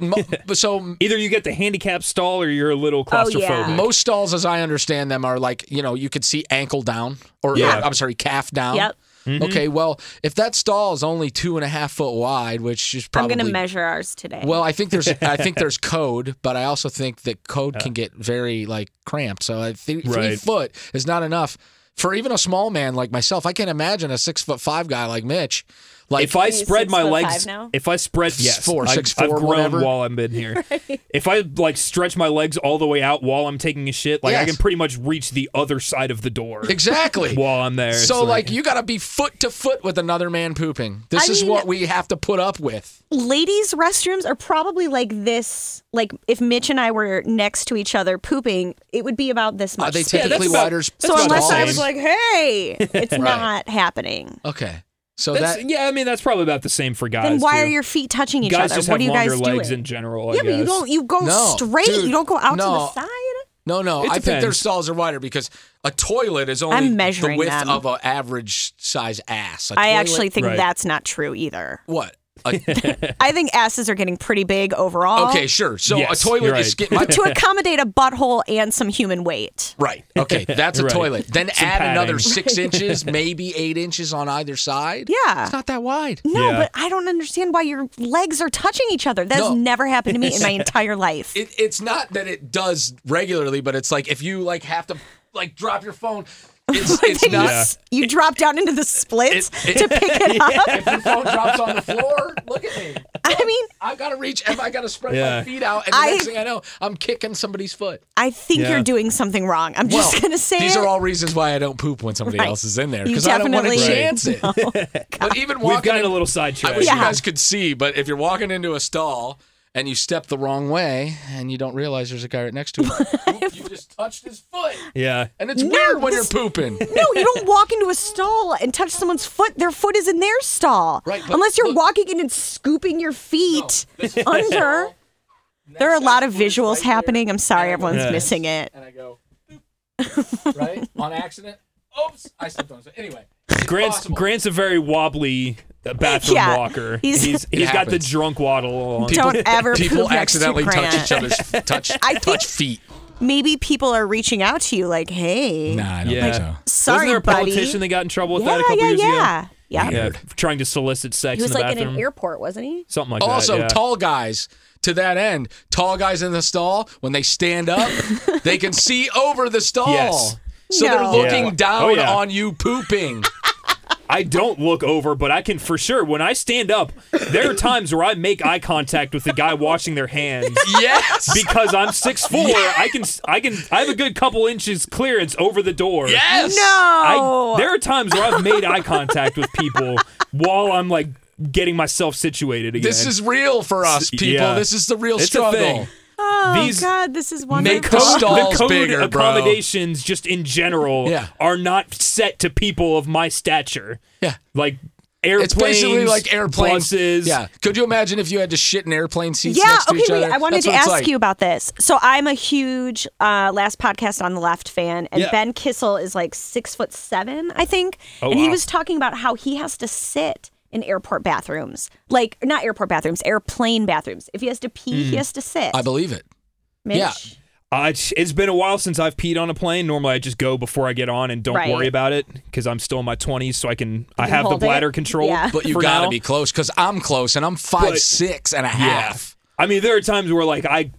so
Either you get the handicap stall or you're a little
Oh, yeah.
claustrophobic.
most stalls, as I understand them, are like you know you could see ankle down or, or,
Yeah. Mm-hmm.
I'm sorry calf down.
Yep.
Okay, well if that stall is only two and a half foot wide, which is
I'm
probably
gonna measure ours today.
Well, I think there's I think there's code, but I also think that code can get very like cramped. So I think three
Right.
foot is not enough for even a small man like myself. I can't imagine a six foot five guy like Mitch. Like
if I
you
spread
six
my
foot
legs,
five now?
if I spread, yes,
four,
I,
six,
I've
four,
grown
whatever.
while I've been here. If I like stretch my legs all the way out while I'm taking a shit, like I
Yes.
can pretty much reach the other side of the door
exactly.
while I'm there.
so like you got to be foot to foot with another man pooping. This
I
is
mean-
what we have to put up with.
ladies' restrooms are probably like this. Like if Mitch and I were next to each other pooping, it would be about this much.
Are they
space.
typically
about-
wider?
Uh, that's
so
about
unless I
same.
was like, "Hey, it's not happening,"
okay, so
that's,
that
yeah, I mean that's probably about the same for guys.
then why
too.
are your feet touching each
guys
other?
just
What
have
do you guys
longer
do?
legs in general? I
yeah, but you
guess.
don't. You go
No,
straight.
dude,
you don't go out to the
no.
side.
no no.
It
I think their
depends.
stalls are wider because a toilet is only
I'm measuring
the width
them.
of an average size ass. A
I
toilet-
actually think
Right.
that's not true either.
what. A
I think asses are getting pretty big overall.
Okay, sure. So
Yes,
a toilet
you're
is
right.
skin- my,
to accommodate a butthole and some human weight.
right. Okay, that's a
Right.
toilet. Then
Some
add another
padding.
six inches, maybe eight inches on either side.
Yeah.
it's not that wide.
No,
Yeah.
but I don't understand why your legs are touching each other. That's
No.
never happened to me in my entire life.
It, it's not that it does regularly, but it's like if you like have to like drop your phone, it's, it's
Then you,
not.
s- you drop down into the splits
It- it-
to pick it up.
If your phone drops on the floor, look at me.
I mean,
I've got to reach. and I got to spread
Yeah.
my feet out, and the
I-
next thing I know, I'm kicking somebody's foot.
I think
Yeah.
you're doing something wrong. I'm just
Well,
gonna say
these
it.
are all reasons why I don't poop when somebody
Right.
else is in there
You
because I don't want to
definitely-
chance it. but even
We've
walking
gotten
in-
a little sidetracked.
I wish you
Yeah.
guys could see, but if you're walking into a stall and you step the wrong way and you don't realize there's a guy right next to you, you just touched his foot.
Yeah.
And it's
No,
weird when
this-
you're pooping.
no, you don't walk into a stall and touch someone's foot. Their foot is in their stall.
Right, but
Unless you're
look-
walking in and scooping your feet
this is
under.
stall
There are a lot of visuals happening. I'm sorry everyone's
Yeah.
missing it.
And I go, right? On accident? Oops, I stepped on it. Anyway.
Grant's Grant's a very wobbly uh, bathroom
Yeah,
walker.
he's-
He's he's
It
got the
happens.
drunk waddle. On.
Don't ever
people
poop next to
accidentally touch
Grant.
each other's touch
I think-
touch feet.
Maybe people are reaching out to you like, hey,
Nah, I don't
Yeah.
think so.
sorry,
Wasn't there a
buddy.
politician that got in trouble with
yeah,
that a couple
yeah,
years
yeah. Yeah.
ago? Yeah, for trying to solicit sex
He was
in the
like
bathroom.
in an airport, wasn't he?
Something like
Also,
that. yeah.
tall guys. To that end, tall guys in the stall when they stand up, they can see over the stall,
Yes.
so
No.
they're looking
Yeah.
down
Oh, yeah.
on you pooping.
I don't look over, but I can for sure when I stand up, there are times where I make eye contact with the guy washing their hands.
yes,
Because I'm six four, I can I can I have a good couple inches clearance over the door.
yes.
No.
I, there are times where I've made eye contact with people while I'm like getting myself situated again.
This is real for us,
S-
people.
yeah.
This is the real
It's a
struggle.
thing.
oh,
these-
God, this is
Make
wonderful.
the stall-
the
Stalls
code
bigger, bro.
accommodations just in general
Yeah.
are not set to people of my stature.
Yeah.
Like airplanes.
It's basically like airplanes.
Buses.
Yeah. Could you imagine if you had to shit in airplane seats
yeah,
next to
okay,
each
wait.
other?
I wanted
That's
to
what it's
ask
like.
you about this. So I'm a huge uh, last podcast on the left fan, and
Yeah.
Ben Kissel is like six foot seven, I think.
Oh,
and he
wow.
was talking about how he has to sit in airport bathrooms. Like not airport bathrooms, airplane bathrooms. If he has to pee, he has to sit.
Hmm. I believe it.
Mitch?
yeah.
Uh, it's- it's been a while since I've peed on a plane. Normally, I just go before I get on and don't
Right.
worry about it because I'm still in my 20s, so I can, I
can
have the
hold it.
bladder control.
Yeah.
But you
for
gotta
now.
be close because I'm close and I'm five
But-
six and a
Yeah.
half.
I mean, there are times where like I,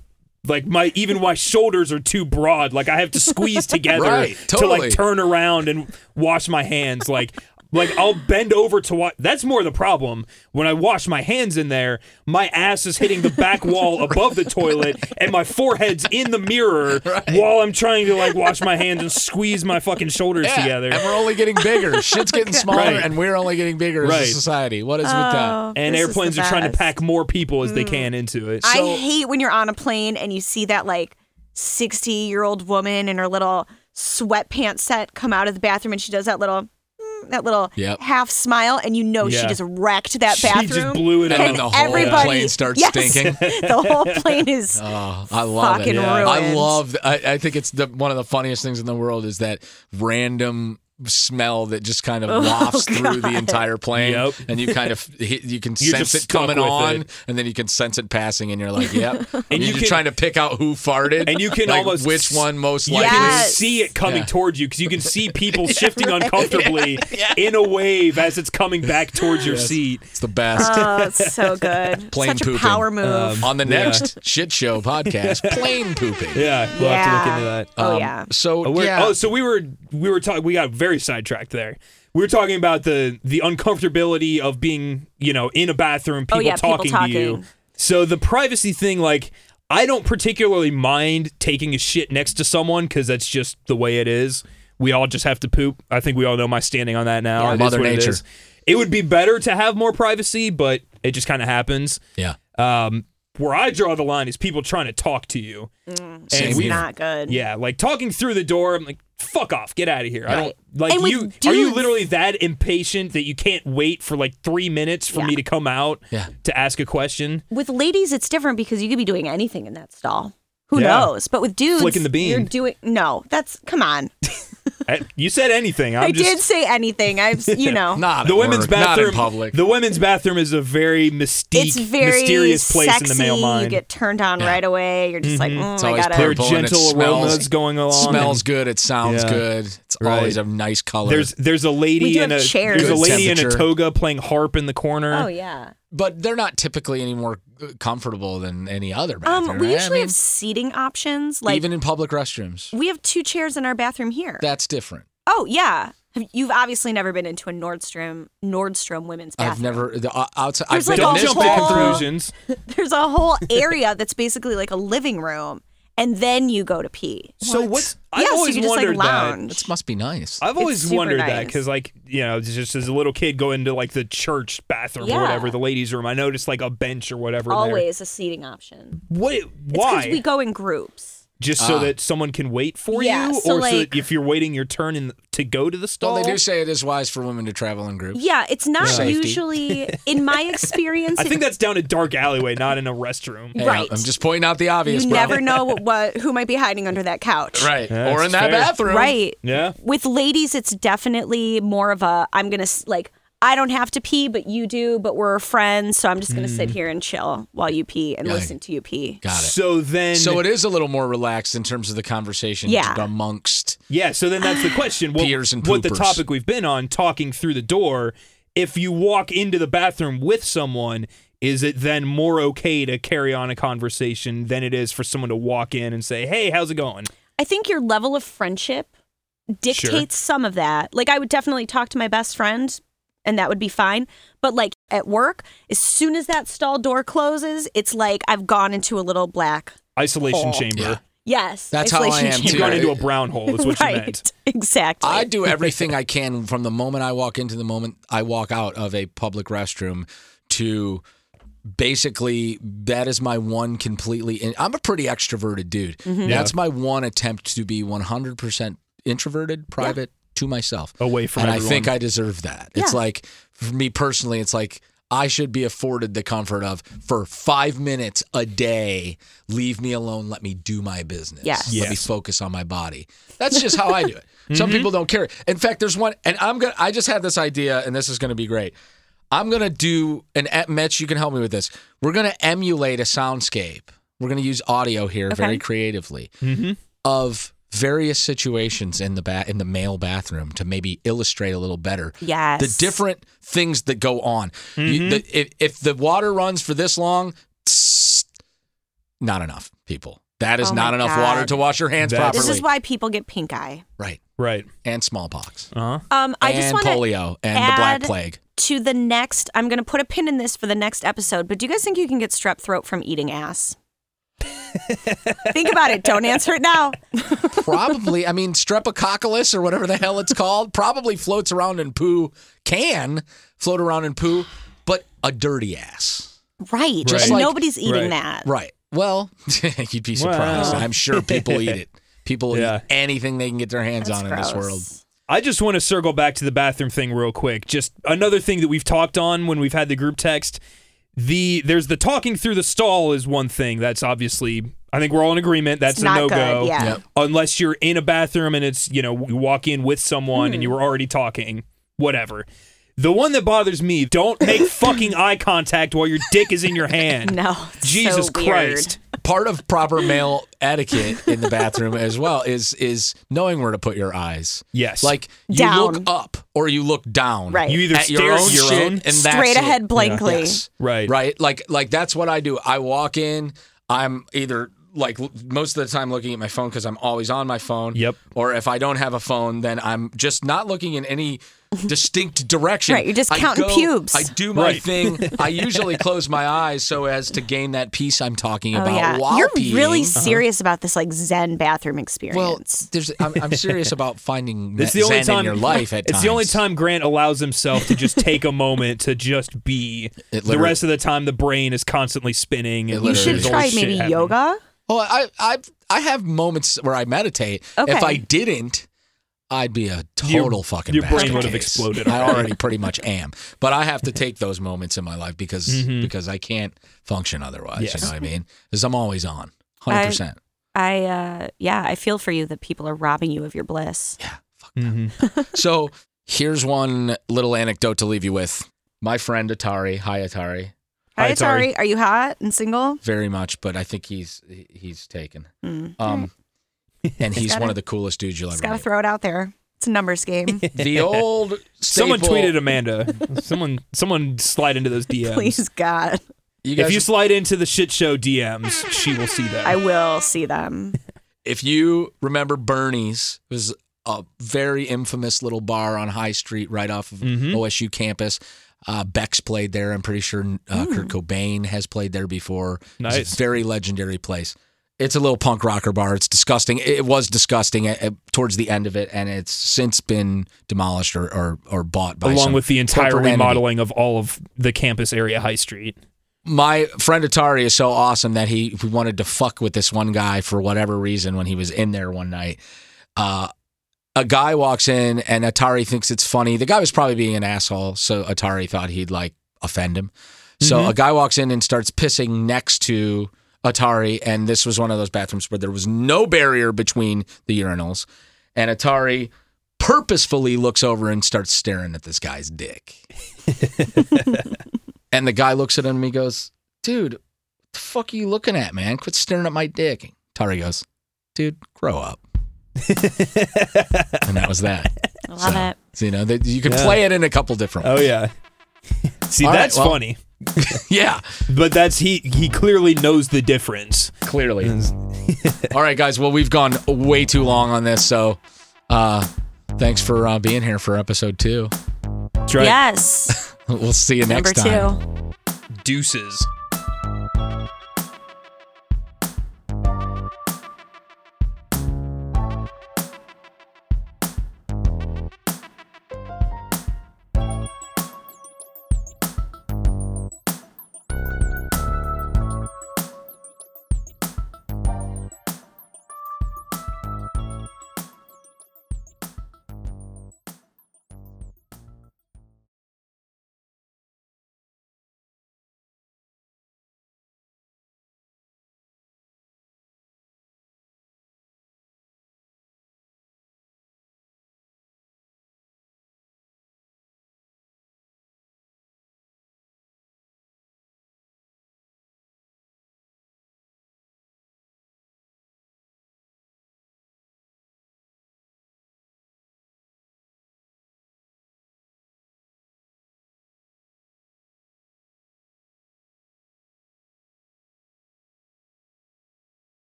like my even my shoulders are too broad. Like I have to squeeze together
Right,
to
totally.
like turn around and wash my hands. Like. Like I'll bend over to watch. That's more the problem. When I wash my hands in there, my ass is hitting the back wall above the toilet, and my forehead's in the mirror while I'm trying to like wash my hands and squeeze my fucking shoulders
Yeah,
together.
And we're only getting bigger. Shit's getting smaller
Right.
and we're only getting bigger
Right.
as a society. What is with
Oh,
that?
and
this is
airplanes
the
are trying to
best. Mm.
pack more people as they can into it.
I hate when you're on a plane and you see that like 60 year old woman in her little sweatpants set come out of the bathroom and she does that little mm, that little
Yep.
half smile and you know she
Yeah.
just wrecked that
She
bathroom.
just blew
And
it up.
then the whole
everybody,
plane starts
yes,
stinking.
the whole plane is
Oh,
Uh.
I love it.
fucking
Yeah.
I
ruined.
love I, I think it's the one of the funniest things in the world is that random smell that just kind
Oh,
of wafts through the entire plane
Yep.
and you kind of hit- you can
You're
sense
just
it coming
stuck with
on
it.
and then you can sense it passing and you're like yep and
you
you're
can-
trying to pick out who farted
And you can
like,
almost
which one most
You
likely
can
Yes.
see it coming
Yeah.
towards you because you can see people shifting uncomfortably in a wave as it's coming back towards your seat.
it's the best
oh, it's so good.
Plane
Such a
pooping. Um,
Um,
power move.
on the next shit show podcast plane pooping
Yeah, we'll have to look into
Yeah.
that.
oh
Um,
yeah.
so
Oh, we're-
yeah
Oh, so we were we were talking. We got very sidetracked there. We were talking about the the uncomfortability of being you know in a bathroom,
Oh,
people,
yeah, people
talking to you.
talking.
So the privacy thing, like I don't particularly mind taking a shit next to someone because that's just the way it is. We all just have to poop. I think we all know my standing on that now.
Yeah.
It is
Mother
what it
nature.
is. It would be better to have more privacy, but it just kind of happens.
yeah
Um, where I draw the line is people trying to talk to you.
Same
and
it's
we-
not good.
yeah, like talking through the door. I'm like, fuck off, get out of here. I don't
Right.
like
And with
you. Are you
dudes-
literally that impatient that you can't wait for like three minutes for
Yeah.
me to come out
Yeah.
to ask a question?
With ladies, it's different because you could be doing anything in that stall. Who
Yeah.
knows? But with dudes,
Flicking the bean.
you're doing no. That's come on.
I- you said anything. I'm
I
just,
did say anything. I've s- you know.
not
The
at
women's
work,
bathroom.
not in public
The women's bathroom is a very mystique,
it's very
mysterious place
sexy.
in the male mind. Mm-hmm.
You get turned on right away. You're just like,
It's
mm, I
always
gotta.
there are
purple and it
gentle
smells-
aromas going along.
smells good it sounds
Yeah.
good it's
Right.
always a nice color
There's there's a
We
lady
do
in a
have chairs.
there's a
Good
lady in a
temperature.
toga playing harp in the corner.
Oh yeah.
but they're not typically any more uh, comfortable than any other bathroom
Um, we
right? I
usually
mean,
have seating options. Like
even in public restrooms
we have two chairs in our bathroom here.
that's different
oh yeah. Have- You've obviously never been into a Nordstrom Nordstrom women's bathroom.
I've never the o- outside
There's
I've been
like
Don't
in
a
this
jump to
whole-
bathroom.
conclusions.
There's a whole area that's basically like a living room, and then you so you could just, like, lounge. you can just, like, lounge. It's super nice. go to pee.
So what's I've always wondered that.
This must be nice.
I've always
super
wondered that
nice.
because, like, you know, just as a little kid going to like the church bathroom or
Yeah.
whatever, the ladies' room, I noticed like a bench or whatever.
Always a seating option.
There. What?
It's because
Why?
we go in groups.
just so
Ah.
that someone can wait for
Yeah,
you,
so,
or so
like-
that if you're waiting your turn in, to go to the
Well,
stall.
they do say it is wise for women to travel in groups.
Yeah, it's not
Safety.
usually, in my experience,
I think
it-
that's down a dark alleyway, not in a restroom.
Hey,
Right.
I'm just pointing out the obvious.
you
bro.
never know what, what who might be hiding under that couch.
Right.
Yeah,
or
it's
in that
fair.
bathroom.
Right.
Yeah.
With ladies, it's definitely more of a I'm gonna s- like I don't have to pee, but you do, but we're friends, so I'm just gonna sit here and chill while you pee and
Hmm. Yeah.
listen to you pee.
Got it.
So then,
So it is a little more relaxed in terms of the conversation
Yeah.
amongst.
yeah. So then that's the question. What,
Peers and
what the
poopers.
topic we've been on, talking through the door. If you walk into the bathroom with someone, is it then more okay to carry on a conversation than it is for someone to walk in and say, "Hey, how's it going?"
I think your level of friendship dictates some of that. Like I would definitely talk to my best friend and that would be fine. But like at work, as soon as that stall door closes, it's like I've gone into a little black.
Isolation
Hole.
chamber.
Yeah.
Yes.
That's how I
isolation
am,
chamber.
too.
You've gone
Yeah.
into a brown hole. Is what
right.
you meant.
Exactly.
I do everything I can from the moment I walk into the moment I walk out of a public restroom to basically that is my one completely in, I'm a pretty extroverted dude. That's my one attempt to be 100% introverted, private to myself.
Away from
and I
everyone.
think I deserve that. It's
Yeah.
like for me personally, it's like I should be afforded the comfort of for five minutes a day, leave me alone, let me do my business.
Yes.
Let me
Yes.
focus on my body. That's just how I do it. Some people don't care. In fact, there's one and I'm gonna I just had this idea and this is gonna be great. I'm gonna do an e, Mitch, you can help me with this. We're gonna emulate a soundscape. We're gonna use audio here very
Okay.
creatively of various situations in the ba- in the male bathroom to maybe illustrate a little better
Yes.
the different things that go on. You, the, if, if the water runs for this long, tss, not enough people. That is
Oh
not
my
enough
God.
water to wash your hands
That's-
properly.
This is why people get pink eye.
right,
Right.
and smallpox,
Uh huh.
Um, I
and
just want to
polio, and the black
add-
plague.
to the next. I'm going to put a pin in this for the next episode. But do you guys think you can get strep throat from eating ass? think about it. Don't answer it now.
Probably, I mean, strepococcus or whatever the hell it's called, probably floats around in poo. Can float around in poo, but a dirty ass.
Right.
Just
and
like-
nobody's eating
Right.
that.
Right. Well, you'd be surprised.
Well.
I'm sure people eat it. People
Yeah.
eat anything they can get their hands
That's
on in
gross.
this world.
I just want to circle back to the bathroom thing real quick. Just another thing that we've talked on when we've had the group text. The there's the talking through the stall is one thing. That's obviously I think we're all in agreement. That's
It's
a
not
no go.
good, yeah.
Yep.
Unless you're in a bathroom and it's, you know, you walk in with someone
Hmm.
and you were already talking. Whatever. The one that bothers me, don't make fucking eye contact while your dick is in your hand.
No. it's
Jesus
so weird.
Christ.
Part of proper male etiquette in the bathroom as well is is knowing where to put your eyes.
Yes.
Like you
Down.
look up or you look down.
Right.
You either
at
stare
your own
at your
shit
own-
and that's
Straight ahead
it.
blankly.
Yes.
Right.
Right. Like like that's what I do. I walk in. I'm either like l- most of the time looking at my phone because I'm always on my phone.
Yep.
Or if I don't have a phone, then I'm just not looking in any distinct direction.
Right, you're just
I
counting
go-
pubes.
I do my
Right.
thing. I usually close my eyes so as to gain that peace I'm talking
Oh,
about Uh-huh.
yeah.
while
You're
peeing.
really
Uh-huh.
serious about this like Zen bathroom experience.
well. There's I'm, I'm serious about finding
It's the only
zen
time
in your life. At
it's the only
times.
time Grant allows himself to just take a moment to just be.
It
The
literally-
rest of the time, the brain is constantly spinning. And
You
you
literally
should
there's all
try
this
maybe yoga.
Well, Oh, I I I have moments where I meditate.
Okay.
If I didn't, I'd be a
Your-
total fucking.
your brain
basket
would have
case.
exploded
I
already.
already pretty much am, but I have to take those moments in my life because because I can't function otherwise. You
Mm-hmm. Yes.
know what I mean? Because I'm always on, hundred percent.
I uh yeah, I feel for you that people are robbing you of your bliss.
Yeah. Fuck
Mm-hmm.
them. so here's one little anecdote to leave you with. My friend Atari, hi Atari,
Hi,
Hi,
Atari.
Atari. Are you hot and single?
very much, but I think he's he- he's taken.
Mm.
Um, and he's
gotta-
one of the coolest dudes you'll
Just
ever
gotta
meet.
throw it out there. It's a numbers game.
the old
Someone
staple-
tweeted Amanda. someone, someone slide into those DMs.
Please God.
You
If
guys
you slide into the shit show DMs, she will see that.
I will see them.
if you remember Bernie's, it was a very infamous little bar on High Street right off of OSU campus. Uh, Beck's played there. I'm pretty sure uh, Kurt Cobain has played there before. It's
Nice.
a very legendary place. It's a little punk rocker bar. It's disgusting. It it was disgusting uh, uh, towards the end of it, and it's since been demolished or, or, or bought by
Along
some
with the entire
corporate entity.
remodeling of all of the campus area high street.
my friend Atari is so awesome that he wanted to fuck with this one guy for whatever reason when he was in there one night. Uh, a guy walks in and Atari thinks it's funny. The guy was probably being an asshole, so Atari thought he'd like offend him. So
Mm-hmm.
a guy walks in and starts pissing next to Atari, and this was one of those bathrooms where there was no barrier between the urinals, and Atari purposefully looks over and starts staring at this guy's dick. And the guy looks at him and he goes, Dude, what the fuck are you looking at, man? Quit staring at my dick. Tari goes, Dude, grow up. and that was that.
I love
So-
it.
So, you know, that you can
Yeah.
play it in a couple different
Oh
ways.
yeah. See,
All right,
that's
well-
funny,
yeah,
but that's he. He clearly knows the difference.
clearly. All right, guys. Well, we've gone way too long on this. So uh, thanks for uh, being here for episode two.
That's right.
Yes.
We'll see you
Number
next time.
two.
Deuces.